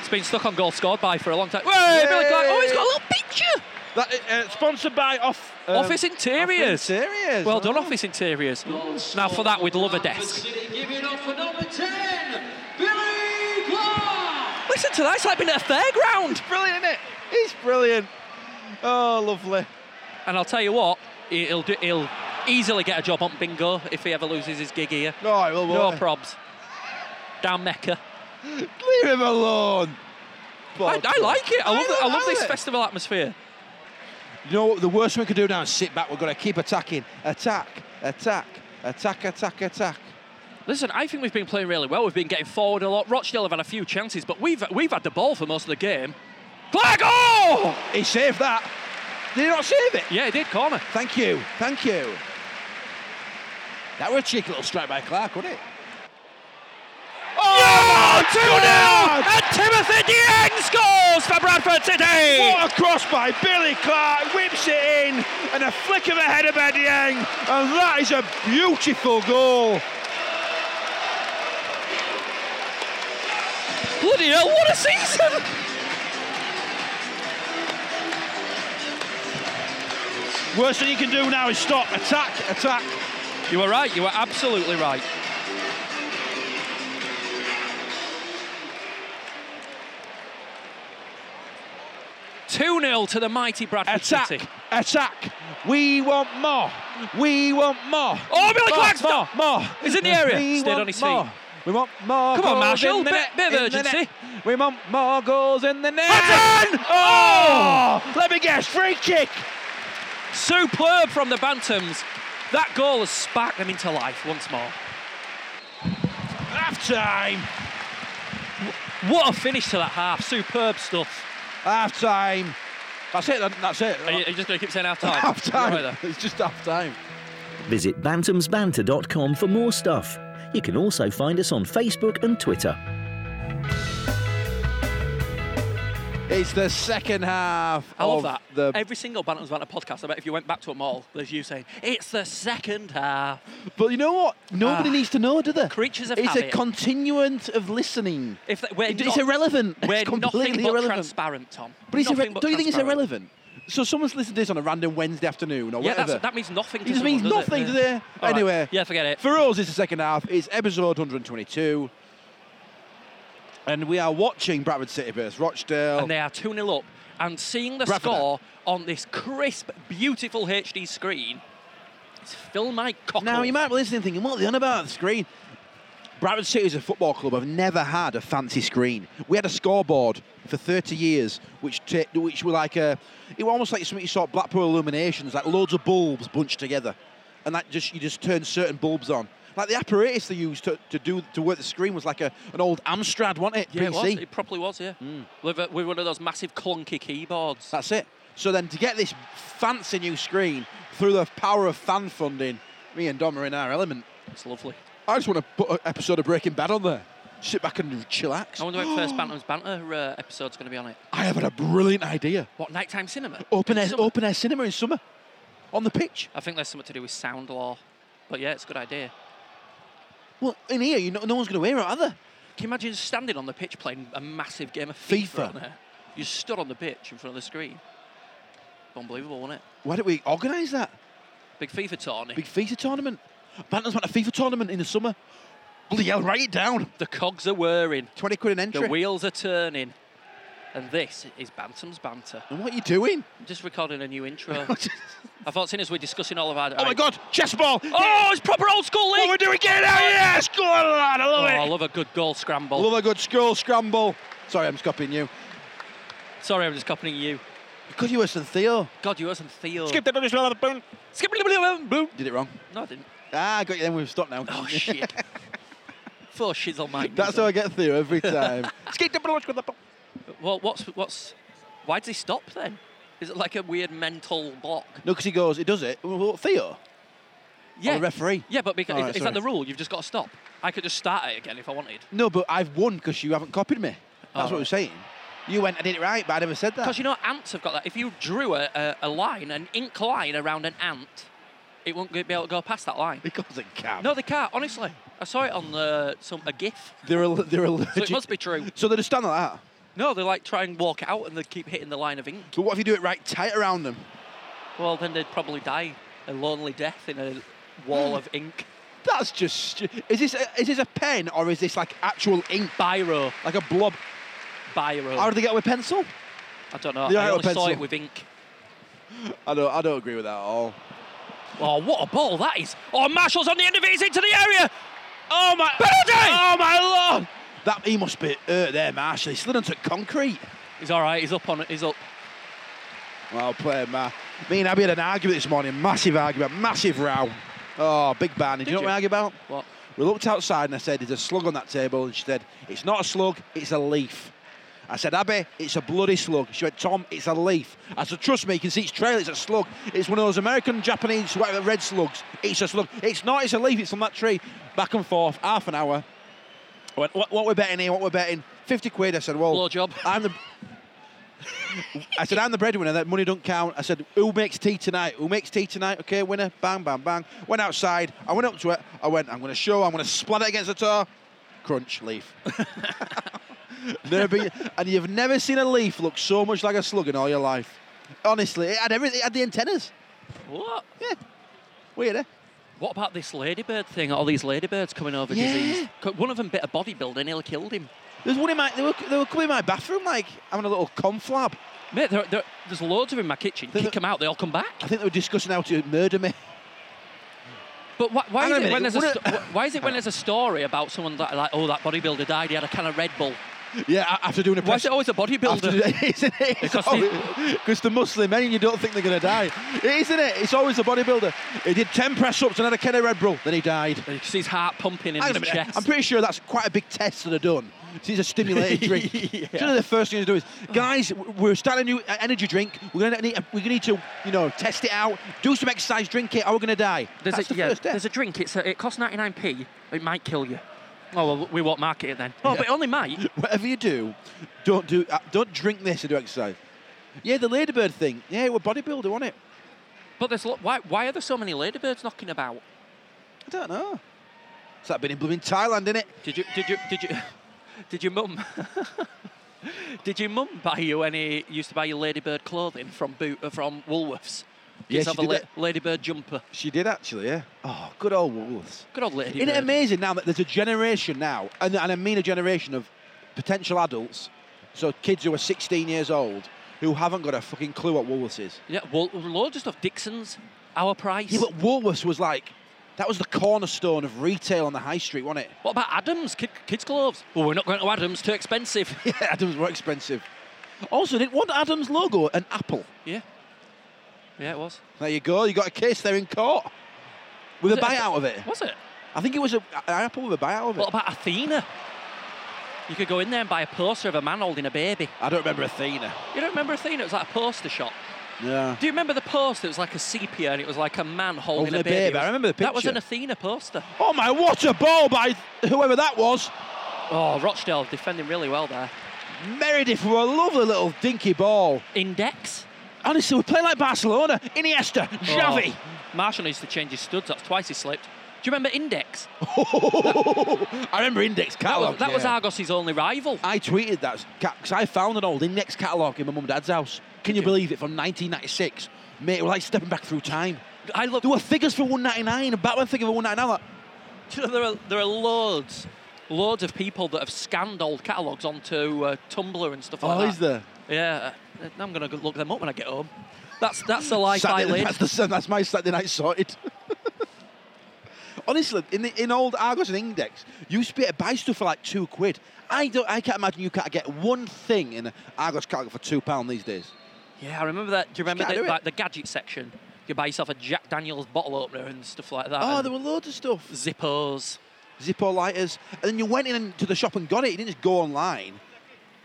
Speaker 2: It's been stuck on goal scored by for a long time. Hey, Billy Clark! Oh, he's got a little picture.
Speaker 3: That, uh, sponsored by Off um,
Speaker 2: Office Interiors.
Speaker 3: Office Interiors.
Speaker 2: Well done, Office Interiors. Now for that, we'd love a desk. Listen to that. It's like being at a fairground.
Speaker 3: Brilliant, isn't it? He's brilliant. Oh, lovely.
Speaker 2: And I'll tell you what, he'll do, he'll easily get a job on Bingo if he ever loses his gig here.
Speaker 3: All right, well,
Speaker 2: No
Speaker 3: what-
Speaker 2: probs. Down Mecca.
Speaker 3: Leave him alone.
Speaker 2: I, I like it. Oh, I love, I love this
Speaker 3: it.
Speaker 2: festival atmosphere.
Speaker 3: You know what? The worst we could do now is sit back. We've got to keep attacking. Attack, attack, attack, attack, attack.
Speaker 2: Listen, I think we've been playing really well. We've been getting forward a lot. Rochdale have had a few chances, but we've we've had the ball for most of the game. Flag! Oh!
Speaker 3: He saved that. Did he not save it?
Speaker 2: Yeah, he did corner.
Speaker 3: Thank you. Thank you. That were a cheeky little strike by Clark, wasn't it?
Speaker 2: Oh, 2 0!
Speaker 3: God!
Speaker 2: And Timothy Dieng scores for Bradford City!
Speaker 3: What a cross by Billy Clark. Whips it in. And a flick of a header by Dieng. And that is a beautiful goal.
Speaker 2: Bloody hell, what a season!
Speaker 3: Worst thing you can do now is stop. Attack, attack.
Speaker 2: You were right, you were absolutely right. Two 0 to the mighty Bradford
Speaker 3: Attack,
Speaker 2: City.
Speaker 3: attack. We want more. We want more.
Speaker 2: Oh, Billy
Speaker 3: more,
Speaker 2: Clark's
Speaker 3: more, more.
Speaker 2: He's in the area.
Speaker 3: We
Speaker 2: Stayed
Speaker 3: want
Speaker 2: on his feet.
Speaker 3: more. We want more.
Speaker 2: Come on,
Speaker 3: goals
Speaker 2: Marshall,
Speaker 3: in the
Speaker 2: bit-
Speaker 3: net,
Speaker 2: bit of
Speaker 3: in the net.
Speaker 2: urgency.
Speaker 3: We want more goals in the net.
Speaker 2: Hudson!
Speaker 3: Oh! Let me guess. Free kick.
Speaker 2: Superb from the Bantams. That goal has sparked them into life once more.
Speaker 3: Half time.
Speaker 2: What a finish to that half. Superb stuff.
Speaker 3: Half time. That's it. that- That's it.
Speaker 2: Are you, are you just going to keep saying half time?
Speaker 3: half
Speaker 2: Right there.
Speaker 3: time. It's just half time.
Speaker 1: Visit bantamsbanter.com for more stuff. You can also find us on Facebook and Twitter.
Speaker 3: It's the second half.
Speaker 2: I love
Speaker 3: of
Speaker 2: that.
Speaker 3: The
Speaker 2: Every single Bantams Banter podcast, I bet if you went back to them all, there's you saying, it's the second half.
Speaker 3: But you know what? Nobody
Speaker 2: Ah.
Speaker 3: needs to know, do they?
Speaker 2: Creatures of
Speaker 3: it's
Speaker 2: habit.
Speaker 3: a continuance of listening.
Speaker 2: If th- we're
Speaker 3: It-
Speaker 2: not-
Speaker 3: it's irrelevant.
Speaker 2: We're
Speaker 3: it's
Speaker 2: nothing
Speaker 3: completely
Speaker 2: but
Speaker 3: irrelevant.
Speaker 2: transparent, Tom.
Speaker 3: But it's
Speaker 2: Nothing
Speaker 3: irre-
Speaker 2: but
Speaker 3: don't you think it's
Speaker 2: transparent.
Speaker 3: irrelevant? So someone's listened to this on a random Wednesday afternoon or
Speaker 2: Yeah,
Speaker 3: whatever.
Speaker 2: that's, that means nothing.
Speaker 3: it
Speaker 2: to
Speaker 3: just
Speaker 2: someone,
Speaker 3: means
Speaker 2: does
Speaker 3: nothing,
Speaker 2: Yeah.
Speaker 3: does it?
Speaker 2: All right.
Speaker 3: Anyway,
Speaker 2: Yeah, forget it.
Speaker 3: for us, it's the second half. It's episode 122. And we are watching Bradford City versus Rochdale.
Speaker 2: and they are 2 0 up. And seeing the
Speaker 3: Bradford.
Speaker 2: score on this crisp, beautiful HD screen, it's filled my cockles.
Speaker 3: Now you might be listening, thinking, "What are they on about the screen?" Bradford City is a football club. I've never had a fancy screen. We had a scoreboard for 30 years, which ta- which were like a, it was almost like something you saw at Blackpool Illuminations, like loads of bulbs bunched together, and that just you just turn certain bulbs on. Like the apparatus they used to, to do to work the screen was like a, an old Amstrad, wasn't it?
Speaker 2: Yeah, it was.
Speaker 3: PC.
Speaker 2: It probably was, yeah.
Speaker 3: Hmm.
Speaker 2: With, a, with one of those massive clunky keyboards.
Speaker 3: That's it. So then to get this fancy new screen through the power of fan funding, me and Dom are in our element.
Speaker 2: It's lovely.
Speaker 3: I just want to put an episode of Breaking Bad on there. Sit back and chillax.
Speaker 2: I wonder when first Bantam's Banter uh, episode's going to be on it.
Speaker 3: I have had a brilliant idea.
Speaker 2: What, nighttime cinema?
Speaker 3: Open
Speaker 2: In
Speaker 3: air,
Speaker 2: summer?
Speaker 3: open air cinema in summer, on the pitch.
Speaker 2: I think there's something to do with sound law. But yeah, it's a good idea.
Speaker 3: Well, in here, you know, no one's going to hear it, are they?
Speaker 2: Can you imagine standing on the pitch playing a massive game of FIFA?
Speaker 3: FIFA.
Speaker 2: on there? You stood on the pitch in front of the screen. Unbelievable, wasn't it?
Speaker 3: Why don't we organise that
Speaker 2: Big FIFA tourney.
Speaker 3: big FIFA tournament? Bantam's about a FIFA tournament in the summer. Bloody hell, write it down.
Speaker 2: The cogs are whirring.
Speaker 3: Twenty quid an
Speaker 2: The
Speaker 3: entry.
Speaker 2: wheels are turning. And this is Bantam's Banter.
Speaker 3: and what are you doing?
Speaker 2: I'm just recording a new intro. Oh
Speaker 3: oh
Speaker 2: I thought, seeing as we're discussing all of our.
Speaker 3: my God, chess ball.
Speaker 2: Oh, it's proper old school
Speaker 3: What
Speaker 2: league!
Speaker 3: we're doing? Get it out! Yes, go on, lad. I
Speaker 2: Oh,
Speaker 3: love
Speaker 2: I
Speaker 3: it.
Speaker 2: love a good goal scramble.
Speaker 3: Love a good school scramble. Sorry, I'm copying you.
Speaker 2: Sorry, I'm just copying you.
Speaker 3: Because you were St. Theo.
Speaker 2: God, you are some Theo.
Speaker 3: Skip that, don't just the boom.
Speaker 2: Skip. Boom.
Speaker 3: Did it wrong.
Speaker 2: No, I didn't.
Speaker 3: Ah, I got you. Then we've stopped now.
Speaker 2: Oh, shit. Four shiz on mine.
Speaker 3: That's how I get through every time. Skate the ball, score the ball.
Speaker 2: Well, what's what's? Why does he stop then? Is it like a weird mental block?
Speaker 3: No, because he goes, he does it. Well, well, Theo,
Speaker 2: Yeah.
Speaker 3: the referee.
Speaker 2: Yeah, but because
Speaker 3: All right,
Speaker 2: is, is that
Speaker 3: sorry.
Speaker 2: the rule? You've just got to stop. I could just start it again if I wanted.
Speaker 3: No, but I've won because you haven't copied me. That's
Speaker 2: Oh.
Speaker 3: what we're saying. You went, I did it right, but I never said that.
Speaker 2: Because you know ants have got that. If you drew a, a, a line, an ink line around an ant, it won't be able to go past that line.
Speaker 3: Because it can.
Speaker 2: No, they can't. Honestly, I saw it on the, some a GIF.
Speaker 3: they're al- they're allergic.
Speaker 2: So it must be true.
Speaker 3: So they just stand like that.
Speaker 2: No, they like try and walk out and they keep hitting the line of ink.
Speaker 3: But what if you do it right tight around them?
Speaker 2: Well, then they'd probably die a lonely death in a
Speaker 3: Hmm.
Speaker 2: wall of ink.
Speaker 3: That's just. stu- Is this a, is this a pen or is this like actual ink,
Speaker 2: Biro,
Speaker 3: like a blob?
Speaker 2: biro.
Speaker 3: How do they get with pencil?
Speaker 2: I don't know.
Speaker 3: The
Speaker 2: I
Speaker 3: Iro
Speaker 2: only saw
Speaker 3: pencil.
Speaker 2: it with ink.
Speaker 3: I don't I don't agree with that at all.
Speaker 2: Oh, what a ball that is! Oh, Marshall's on the end of it. He's into the area.
Speaker 3: Oh my!
Speaker 2: Penalty!
Speaker 3: Oh my lord! That he must be hurt there, Marshall. He slid onto concrete.
Speaker 2: He's all right. He's up on it. He's up.
Speaker 3: Well played, man. Me and Abby had an argument this morning, massive argument, massive row. Oh, big ban. Do you know
Speaker 2: Did
Speaker 3: what we argued about?
Speaker 2: What?
Speaker 3: We looked outside and I said, there's a slug on that table. And she said, it's not a slug, it's a leaf. I said, Abby, it's a bloody slug. She went, Tom, it's a leaf. I said, trust me, you can see its trail, it's a slug. It's one of those American, Japanese, whatever, red slugs. It's a slug. It's not, it's a leaf, it's on that tree. Back and forth, half an hour. I went, what, what we're betting here, what we're betting? 50 quid. I said, well,
Speaker 2: Blowjob.
Speaker 3: I'm the. I said, I'm the breadwinner, that money don't count. I said, who makes tea tonight? Who makes tea tonight? Okay, winner, bang, bang, bang. Went outside, I went up to it, I went, I'm going to show, I'm going to splat it against the door. Crunch, leaf. Never been- and you've never seen a leaf look so much like a slug in all your life. Honestly, it had everything, it had the antennas.
Speaker 2: What?
Speaker 3: Yeah. Weird, eh?
Speaker 2: What about this ladybird thing? All these ladybirds coming over
Speaker 3: Yeah.
Speaker 2: disease. Co- One of them bit a bodybuilder and nearly killed him.
Speaker 3: There's one in my, they were, they were coming in my bathroom, like, having a little conflab.
Speaker 2: Mate, there, there, there's loads of them in my kitchen.
Speaker 3: There's
Speaker 2: Kick
Speaker 3: a-
Speaker 2: them out, they all come back.
Speaker 3: I think they were discussing how to murder me.
Speaker 2: But why, why, is
Speaker 3: Hang on a
Speaker 2: it when
Speaker 3: minute,
Speaker 2: there's a
Speaker 3: wouldn't-
Speaker 2: sto- why is it when there's a story about someone that like oh that bodybuilder died he had a can of Red Bull
Speaker 3: Yeah, a- after doing a
Speaker 2: Why
Speaker 3: press
Speaker 2: is it always a
Speaker 3: after
Speaker 2: bodybuilder?
Speaker 3: today, isn't it? Oh,
Speaker 2: Because
Speaker 3: Because the Muslim men, and you don't think they're going to die. It Isn't it? It's always the bodybuilder. He did 10 press ups and had a can of Red Bull, then he died.
Speaker 2: You can see his heart pumping in
Speaker 3: Hang on
Speaker 2: his
Speaker 3: a minute.
Speaker 2: chest.
Speaker 3: I'm pretty sure that's quite a big test that they've done. It's a stimulated drink.
Speaker 2: Yeah.
Speaker 3: Do you know the first thing to do is, guys, w- we're starting a new uh, energy drink. We're gonna need, we're gonna need to, you know, test it out, do some exercise, drink it, or we're gonna die.
Speaker 2: there's
Speaker 3: that's
Speaker 2: a,
Speaker 3: the
Speaker 2: yeah,
Speaker 3: first step.
Speaker 2: there's a drink. It's a, it costs 99p. It might kill you. Oh well, we won't market it then. Oh, but it only might.
Speaker 3: Whatever you do, don't do, uh, don't drink this and do exercise. Yeah, the ladybird thing. Yeah, we're bodybuilder, wasn't it?
Speaker 2: But there's lo- why why are there so many ladybirds knocking about?
Speaker 3: I don't know. It's that been in blooming Thailand, innit?
Speaker 2: Did you did you did you did your mum did your mum buy you any used to buy you ladybird clothing from boot uh, from Woolworths?
Speaker 3: Yeah,
Speaker 2: Just
Speaker 3: she
Speaker 2: have a
Speaker 3: did
Speaker 2: la-
Speaker 3: that.
Speaker 2: ladybird jumper.
Speaker 3: She did actually, yeah. Oh, good old Woolworths.
Speaker 2: Good old ladybird.
Speaker 3: Isn't it amazing now that there's a generation now, and, and I mean a generation of potential adults, so kids who are 16 years old, who haven't got a fucking clue what Woolworths is.
Speaker 2: Yeah, well, loads of stuff. Dixon's, our price.
Speaker 3: Yeah, but Woolworths was like, that was the cornerstone of retail on the high street, wasn't it?
Speaker 2: what about Adams? Kid, kids' clothes. Well, we're not going to Adams. Too expensive.
Speaker 3: Yeah, Adams were expensive. Also, did one Adams logo an apple?
Speaker 2: yeah. Yeah, it was.
Speaker 3: There you go, you got a case there in court. With
Speaker 2: Was
Speaker 3: a
Speaker 2: it a-
Speaker 3: buyout of it.
Speaker 2: Was it?
Speaker 3: I think it was a, an apple with a buyout of it.
Speaker 2: What about Athena? You could go in there and buy a poster of a man holding a baby.
Speaker 3: I don't remember Athena.
Speaker 2: You don't remember Athena? It was like a poster shop.
Speaker 3: Yeah.
Speaker 2: Do you remember the poster? It was like a sepia and it was like a man holding,
Speaker 3: Holding a
Speaker 2: baby.
Speaker 3: baby.
Speaker 2: It
Speaker 3: I
Speaker 2: was-
Speaker 3: remember the
Speaker 2: That was an
Speaker 3: picture.
Speaker 2: Athena poster.
Speaker 3: Oh my, what a ball by whoever that was.
Speaker 2: Oh, Rochdale defending really well there.
Speaker 3: Meredith with a lovely little dinky ball.
Speaker 2: Index.
Speaker 3: Honestly, we play like Barcelona. Iniesta, Xavi.
Speaker 2: Oh, Marshall needs to change his studs. That's twice he slipped. Do you remember Index?
Speaker 3: I remember Index
Speaker 2: That,
Speaker 3: catalogue.
Speaker 2: was, that was
Speaker 3: Oh, yeah. Uh,
Speaker 2: Argos' only rival.
Speaker 3: I tweeted that because I found an old Index catalogue in my mum and dad's house. Can you believe it? From 1996. Mate, we're like stepping back through time.
Speaker 2: I love.
Speaker 3: There were figures for 199, a Batman figure for 199. Like,
Speaker 2: Do you know, there are there are loads, loads of people that have scanned old catalogues onto uh, Tumblr and stuff like that.
Speaker 3: oh, there?
Speaker 2: Yeah, uh, I'm gonna go look them up when I get home. That's that's the life I
Speaker 3: Saturday,
Speaker 2: live.
Speaker 3: that's, the, that's my Saturday night sorted. Honestly, in, the, in old Argos and Index, you used to be able to buy stuff for like two quid. I don't. I can't imagine you can't get one thing in Argos catalog for two pound these days.
Speaker 2: Yeah, I remember that. Do you remember
Speaker 3: can't
Speaker 2: the,
Speaker 3: do it.
Speaker 2: like, the gadget section? You buy yourself a Jack Daniels bottle opener and stuff like that.
Speaker 3: Oh,
Speaker 2: Uh, and
Speaker 3: there were loads of stuff.
Speaker 2: Zippos.
Speaker 3: Zippo lighters, and then you went in to the shop and got it. You didn't just go online.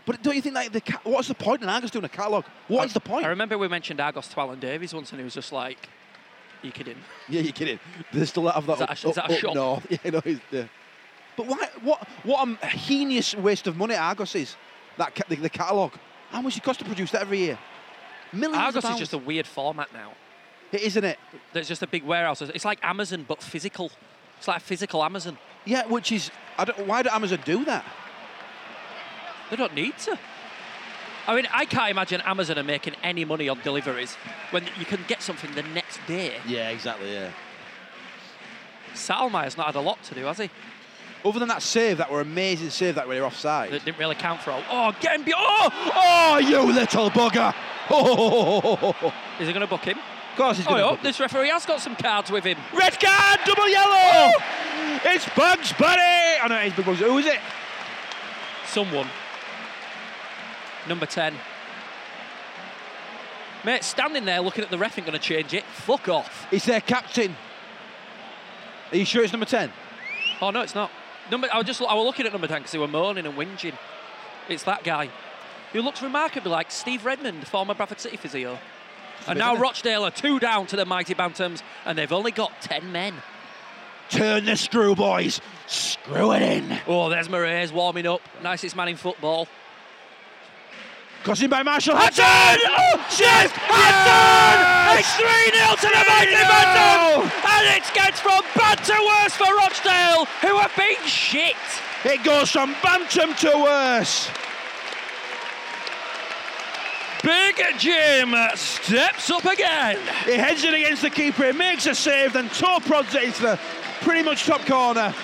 Speaker 3: But don't you think like the ca- what's the point in Argos doing a catalog? What is the point?
Speaker 2: I remember we mentioned Argos to Alan Davies once, and he was just like, "You kidding?"
Speaker 3: Yeah, you're kidding. There's still that of that.
Speaker 2: Is that a- is that a shop?
Speaker 3: No, yeah, no, it's there. But why? What? What a heinous waste of money Argos is. That ca- the, the catalogue. How much it costs to produce that every year? Millions. of
Speaker 2: Argos is
Speaker 3: pounds.
Speaker 2: just a weird format now.
Speaker 3: It isn't it?
Speaker 2: There's just a big warehouse. It's like Amazon but physical. It's like physical Amazon.
Speaker 3: Yeah, which is. I don't. Why do Amazon do that?
Speaker 2: They don't need to. I mean, I can't imagine Amazon are making any money on deliveries when you can get something the next day.
Speaker 3: Yeah, exactly. Yeah.
Speaker 2: Sattlemeyer's not had a lot to do, has he?
Speaker 3: Other than that save, that were amazing save that were offside.
Speaker 2: That didn't really count for all. Oh, get him! be- Oh!
Speaker 3: oh, you little bugger! Oh,
Speaker 2: Is he going to book him?
Speaker 3: of course he's
Speaker 2: Oh,
Speaker 3: going
Speaker 2: yeah, this referee has got some cards with him.
Speaker 3: Red card, double yellow. It's Bugs Bunny. I know it's Big Bugs. Who is it?
Speaker 2: Someone. Number 10. Mate, standing there looking at the ref ain't going to change it. Fuck off.
Speaker 3: It's their captain. Are you sure it's number 10?
Speaker 2: Oh, no, it's not. Number, I, was just, I was looking at number 10 because they were moaning and whinging. It's that guy who looks remarkably like Steve Redmond, former Bradford City physio. And
Speaker 3: bit,
Speaker 2: now
Speaker 3: isn't it?
Speaker 2: Rochdale are two down to the mighty Bantams, and they've only got 10 men.
Speaker 3: Turn the screw, boys. Screw it in.
Speaker 2: Oh, there's Moraes warming up. Nicest man in football.
Speaker 3: Crossing by Marshall. Hudson! Oh, yes! Hudson! It's 3 0 to the mighty Bantam!
Speaker 2: And it gets from bad to worse for Rochdale, who have been shit.
Speaker 3: It goes from Bantam to worse.
Speaker 2: Big Jim
Speaker 3: uh,
Speaker 2: steps up again.
Speaker 3: He heads it against the keeper. He makes a save, then toe prods it into the pretty much top corner.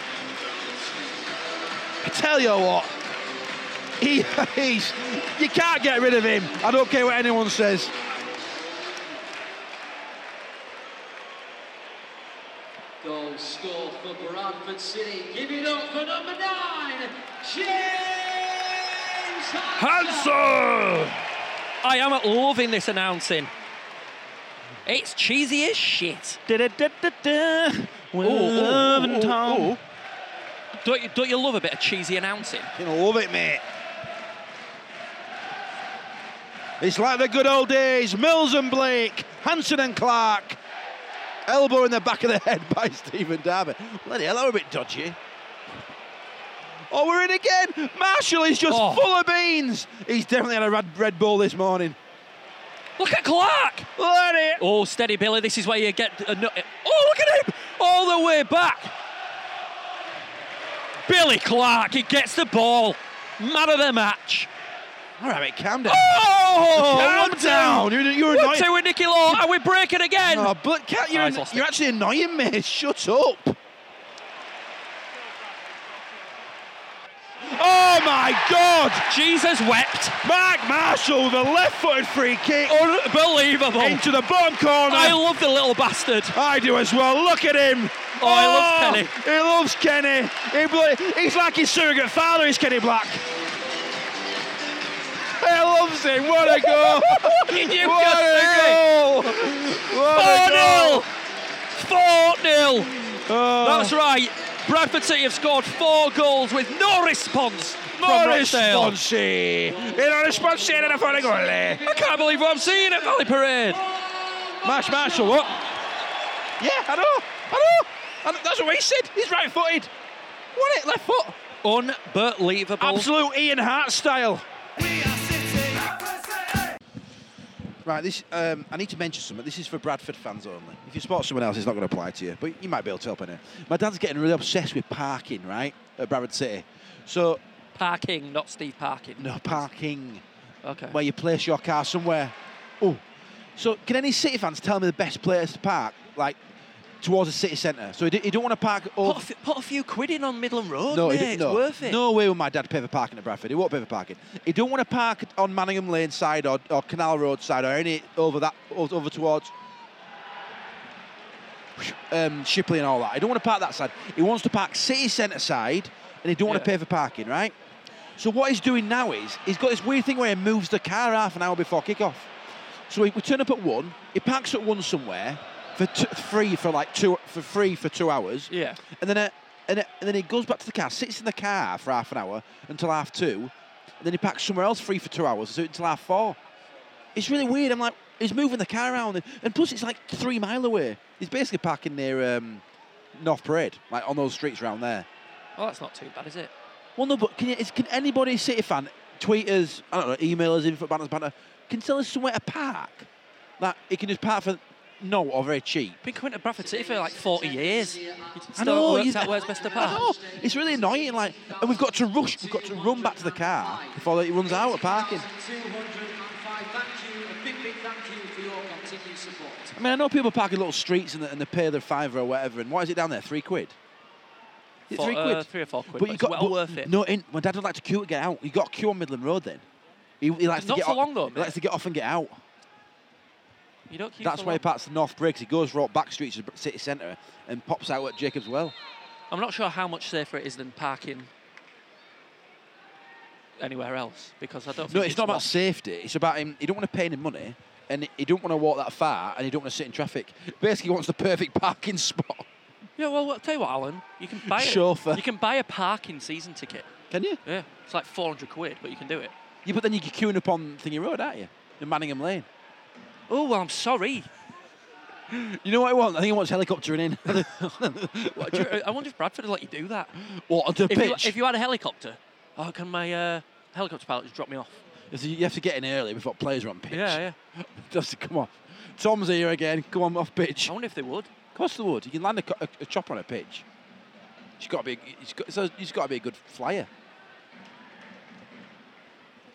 Speaker 3: I tell you what, he, he's, you can't get rid of him. I don't care what anyone says.
Speaker 4: Goal score for Bradford City. Give it up for number nine, Jim
Speaker 2: Hanser! I am loving this announcing. It's cheesy as shit.
Speaker 1: Da-da-da-da-da.
Speaker 2: Ooh, ooh, ooh,
Speaker 1: Love and
Speaker 3: ooh,
Speaker 1: Tom.
Speaker 3: ooh.
Speaker 2: Don't you, don't you love a bit of cheesy announcing?
Speaker 3: You love it, mate. It's like the good old days. Mills and Blake, Hanson and Clark. Elbow in the back of the head by Stephen Darby. Bloody hell, that were a bit dodgy. Oh, we're in again. Marshall is just
Speaker 2: Oh.
Speaker 3: full of beans. He's definitely had a red, red ball this morning.
Speaker 2: Look at Clark!
Speaker 3: Let it.
Speaker 2: Oh, steady, Billy. This is where you get. A nut- oh, look at him! All the way back. Billy Clark, he gets the ball. Man of the match.
Speaker 3: All right, mate, calm down.
Speaker 2: Oh,
Speaker 3: calm
Speaker 2: one two.
Speaker 3: down. You're, you're
Speaker 2: One
Speaker 3: annoying.
Speaker 2: two with Nicky Law. Are we breaking again?
Speaker 3: Oh, but Cat, you're,
Speaker 2: Oh, he's lost
Speaker 3: you're
Speaker 2: it.
Speaker 3: actually annoying me. Shut up. Oh my God!
Speaker 2: Jesus wept.
Speaker 3: Mark Marshall with a left-footed free kick
Speaker 2: Unbelievable.
Speaker 3: into the bottom corner.
Speaker 2: Oh. I
Speaker 3: I,
Speaker 2: love the little bastard.
Speaker 3: do as well. Look at him.
Speaker 2: Oh, he loves
Speaker 3: Kenny. He loves Kenny. He blo- he's like his surrogate father. Is Kenny Black? He loves him. What a goal!
Speaker 2: Did you
Speaker 3: what
Speaker 2: just
Speaker 3: a goal! What a goal!
Speaker 2: 4 0. 4 0.
Speaker 3: Oh.
Speaker 2: That's right. Bradford City have scored four goals with no response. from
Speaker 3: Non
Speaker 2: Rochdale.
Speaker 3: responsi! E non responsi era fuori gol! eh.
Speaker 2: I can't believe what I'm seeing at Valley Parade.
Speaker 3: Marsh Marshall, what? Yeah, I know, I know! I know- That's what he said, he's right footed! What it, left foot?
Speaker 2: Unbelievable.
Speaker 3: Absolute Ian Hart style! Right, this um, I need to mention something. This is for Bradford fans only. If you support someone else, it's not going to apply to you, but you might be able to help in it. My dad's getting really obsessed with parking, right, at Bradford City. So,
Speaker 2: Parking, not Steve Parking.
Speaker 3: no parking.
Speaker 2: Okay.
Speaker 3: where you place your car somewhere. Oh, so can any City fans tell me the best place to park, like towards the city centre? So you don't, you don't want to park.
Speaker 2: put, a
Speaker 3: Over,
Speaker 2: few, put a few quid in on Midland Road,
Speaker 3: no,
Speaker 2: mate.
Speaker 3: he don't-
Speaker 2: It's
Speaker 3: no,
Speaker 2: worth it.
Speaker 3: no way will my dad pay for parking at Bradford. He won't pay for parking. He don't want to park on Manningham Lane side or, or Canal Road side or any over that over, over towards. Um, Shipley and all that. He don't want to park that side. He wants to park city centre side, and he don't want to
Speaker 2: Yeah.
Speaker 3: pay for parking, right? So what he's doing now is he's got this weird thing where he moves the car half an hour before kickoff. So we, we turn up at one. He parks at one somewhere for t- free for like two for free for two hours.
Speaker 2: Yeah.
Speaker 3: And then uh, and, uh, and then he goes back to the car, sits in the car for half an hour until half two, and then he parks somewhere else free for two hours so until half four. It's really weird. I'm like, he's moving the car around, and, and plus it's like three mile away. He's basically parking near um, North Parade, like on those streets around there.
Speaker 2: Well, that's not too bad, is it?
Speaker 3: Well, no, but can, you, is, can anybody, City fan, tweet us, I don't know, email us, info banners, banner, can tell us somewhere to park? That it can just park for no or very cheap.
Speaker 2: Been coming to Bradford City for like 40 years. You
Speaker 3: I
Speaker 2: still
Speaker 3: know,
Speaker 2: worked
Speaker 3: you-
Speaker 2: out where's Mr.
Speaker 3: I know.
Speaker 2: Park.
Speaker 3: It's really annoying. Like, and we've got to rush. We've got to run back to the car before it runs out of parking.
Speaker 4: 205. Thank you. A big, big thank you for your continued support.
Speaker 3: I mean, I know people park in little streets and they, and they pay their fiver or whatever. And what is it down there? Three quid. Is it
Speaker 2: Four-
Speaker 3: three
Speaker 2: uh,
Speaker 3: quid.
Speaker 2: three or four quid, but
Speaker 3: you
Speaker 2: it's well worth it.
Speaker 3: No, in, my dad would like to queue to get out. You got to queue on Midland Road then. He, he likes
Speaker 2: Not
Speaker 3: to get
Speaker 2: for
Speaker 3: off,
Speaker 2: long, though,
Speaker 3: He
Speaker 2: mate.
Speaker 3: likes to get off and get out.
Speaker 2: You don't keep
Speaker 3: That's
Speaker 2: so
Speaker 3: why he
Speaker 2: long.
Speaker 3: parks the North Briggs. He goes right back street to the city centre and pops out at Jacobs Well.
Speaker 2: I'm not sure how much safer it is than parking anywhere else because I don't.
Speaker 3: No,
Speaker 2: think
Speaker 3: it's, not about
Speaker 2: what-
Speaker 3: safety. It's about him. He don't want to pay any money, and he don't want to walk that far, and he don't want to sit in traffic. Basically, he wants the perfect parking spot.
Speaker 2: Yeah, well, I'll tell you what, Alan, you can buy
Speaker 3: Chauffeur.
Speaker 2: A, you can buy a parking season ticket.
Speaker 3: Can you?
Speaker 2: Yeah, it's like 400 quid, but you can do it.
Speaker 3: Yeah, but then you're queuing up on Thingy Road, aren't you? In Manningham Lane.
Speaker 2: Oh well, I'm sorry.
Speaker 3: You know what I want? I think he wants helicoptering in.
Speaker 2: What, do you- I wonder if Bradford would let you do that.
Speaker 3: what the
Speaker 2: If you,
Speaker 3: pitch?
Speaker 2: if you had a helicopter, oh, can my uh, helicopter pilot just drop me off?
Speaker 3: If you, have to get in early before players are on pitch.
Speaker 2: Yeah, yeah.
Speaker 3: Just come on. Tom's here again. Come on, off pitch.
Speaker 2: I wonder if they would.
Speaker 3: Of course they would. You can land a, co- a, a chopper on a pitch. He's got to be. He's got, so he's got to be a good flyer.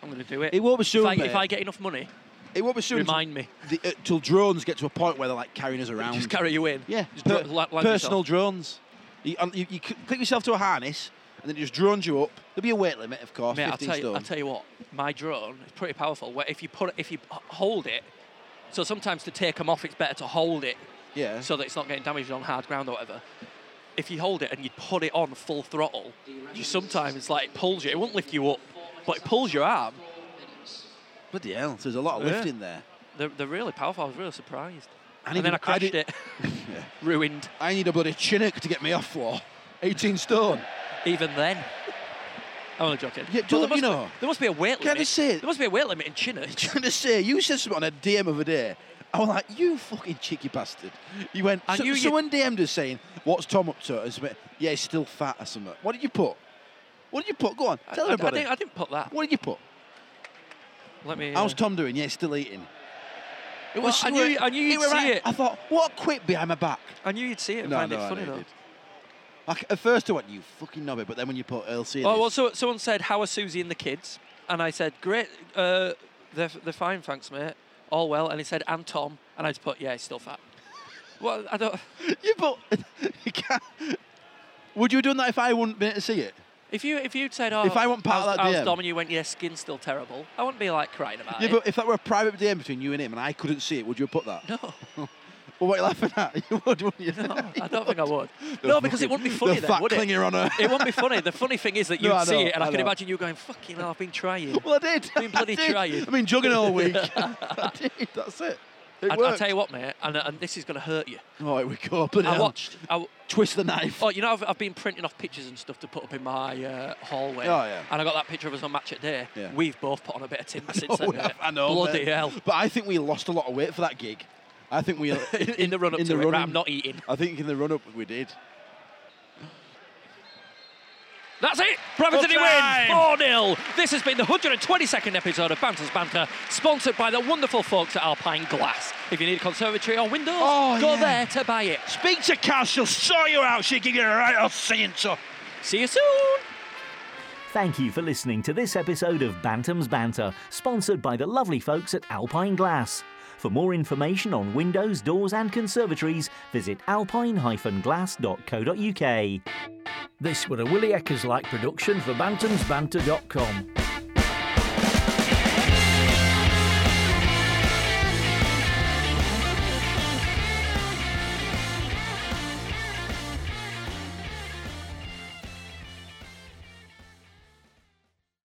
Speaker 2: I'm going to do it.
Speaker 3: It won't be soon,
Speaker 2: if I,
Speaker 3: mate.
Speaker 2: if I get enough money,
Speaker 3: It won't be soon. till-
Speaker 2: remind me.
Speaker 3: the, uh, till drones get to a point where they're like carrying us around.
Speaker 2: Just carry you in.
Speaker 3: yeah,
Speaker 2: Just
Speaker 3: per-
Speaker 2: dro- la- land
Speaker 3: personal
Speaker 2: yourself.
Speaker 3: drones. You, um, you, you c- clip yourself to a harness, and then it just drones you up. There'll be a weight limit, of course,
Speaker 2: Mate, I'll
Speaker 3: 15
Speaker 2: tell, you,
Speaker 3: stone.
Speaker 2: I'll tell you what, my drone is pretty powerful. Where if you put, it, if you h- hold it, so sometimes to take them off, it's better to hold it
Speaker 3: yeah.
Speaker 2: so that it's not getting damaged on hard ground or whatever. If you hold it and you put it on full throttle, you sometimes like it pulls you. It won't lift you up. but it pulls your arm.
Speaker 3: Bloody hell, there's a lot of
Speaker 2: Yeah.
Speaker 3: lifting there.
Speaker 2: They're, they're really powerful. I was really surprised.
Speaker 3: I
Speaker 2: And,
Speaker 3: need
Speaker 2: then
Speaker 3: a-
Speaker 2: I crashed
Speaker 3: need-
Speaker 2: it. Ruined.
Speaker 3: I need a bloody chinnock to get me off floor. 18 stone.
Speaker 2: Even then. I'm only joking.
Speaker 3: Yeah,
Speaker 2: But
Speaker 3: don't
Speaker 2: there must
Speaker 3: you
Speaker 2: be-
Speaker 3: know?
Speaker 2: there must be a weight
Speaker 3: Can I
Speaker 2: limit.
Speaker 3: just say it?
Speaker 2: There must be a weight limit in Chinnock.
Speaker 3: trying to say, you said something on a DM of a day. I was like, you fucking cheeky bastard. You went,
Speaker 2: I
Speaker 3: so,
Speaker 2: knew you-
Speaker 3: someone DM'd us saying, what's Tom up to? And something, yeah, he's still fat or something. What did you put? What did you put? Go on,
Speaker 2: I-
Speaker 3: tell
Speaker 2: I, I,
Speaker 3: everybody.
Speaker 2: didn't, I didn't put that.
Speaker 3: what did you put?
Speaker 2: Let me.
Speaker 3: How's
Speaker 2: uh,
Speaker 3: Tom doing? Yeah, he's still eating. It
Speaker 2: Well, I
Speaker 3: it
Speaker 2: knew- I knew you'd
Speaker 3: were
Speaker 2: see
Speaker 3: right.
Speaker 2: it.
Speaker 3: I thought, what a quip behind my back.
Speaker 2: I knew you'd see it and find it funny
Speaker 3: know you
Speaker 2: though.
Speaker 3: did. Like, at first I went, you fucking knobhead, but then when you put LC in
Speaker 2: Oh
Speaker 3: it,
Speaker 2: well, so, someone said, "How are Susie and the kids?" And I said, "Great, uh, they're they're fine, thanks, mate. All well." And he said, "And Tom," and I just put, "Yeah, he's still fat." well, I don't.
Speaker 3: you put, you can't. Would you have done that if I wouldn't been able to see it?
Speaker 2: If you if you'd said, "Oh,
Speaker 3: If I weren't part of
Speaker 2: how's-
Speaker 3: that
Speaker 2: how's
Speaker 3: DM?
Speaker 2: Dom, and you went, "Yeah, skin's still terrible," I wouldn't be like crying about
Speaker 3: Yeah,
Speaker 2: it.
Speaker 3: but if that were a private DM between you and him and I couldn't see it, would you have put that?
Speaker 2: no,
Speaker 3: Well, what are you laughing at? You would, wouldn't you?
Speaker 2: no, I don't think I would. no, because it wouldn't be funny
Speaker 3: the
Speaker 2: then,
Speaker 3: fat
Speaker 2: would it?
Speaker 3: clinger on her.
Speaker 2: It wouldn't be funny. The funny thing is that you'd
Speaker 3: No, I
Speaker 2: see
Speaker 3: know,
Speaker 2: it, and I,
Speaker 3: I
Speaker 2: can
Speaker 3: know.
Speaker 2: imagine you going, "Fucking hell, I've been trying."
Speaker 3: well, I did.
Speaker 2: Been bloody
Speaker 3: I did.
Speaker 2: trying.
Speaker 3: I've been jugging all week. I did. That's it. It
Speaker 2: I, I
Speaker 3: worked.
Speaker 2: tell you what, mate, and, and this is going to hurt you.
Speaker 3: oh, here we go. Bloody
Speaker 2: I
Speaker 3: hell.
Speaker 2: watched. I, w-
Speaker 3: Twist the knife.
Speaker 2: Oh, you know, I've, I've been printing off pictures and stuff to put up in my uh, hallway.
Speaker 3: Oh, yeah.
Speaker 2: And I got that picture of us on match at day.
Speaker 3: Yeah.
Speaker 2: We've both put on a bit of timber
Speaker 3: Oh,
Speaker 2: since
Speaker 3: we
Speaker 2: then.
Speaker 3: have-
Speaker 2: mate.
Speaker 3: I know.
Speaker 2: Bloody
Speaker 3: mate.
Speaker 2: hell.
Speaker 3: But I think we lost a lot of weight for that gig. I think we.
Speaker 2: In, in the run up
Speaker 3: in
Speaker 2: to
Speaker 3: the
Speaker 2: it, right,
Speaker 3: run-in-
Speaker 2: I'm not eating.
Speaker 3: I think in the run up we did.
Speaker 2: That's it. Braverton
Speaker 3: time.
Speaker 2: win 4 0. This has been the 122nd episode of Banter's Banter, sponsored by the wonderful folks at Alpine Glass. If you need a conservatory or windows,
Speaker 3: Oh,
Speaker 2: go
Speaker 3: yeah.
Speaker 2: there to buy it.
Speaker 3: Speak to Cass, she'll saw you out. She'll give you a right old saying so.
Speaker 2: See you soon.
Speaker 1: Thank you for listening to this episode of Bantam's Banter, sponsored by the lovely folks at Alpine Glass. For more information on windows, doors, and conservatories, visit alpine-glass.co.uk.
Speaker 5: This were a Willie Eckers like production for BantamsBanter.com.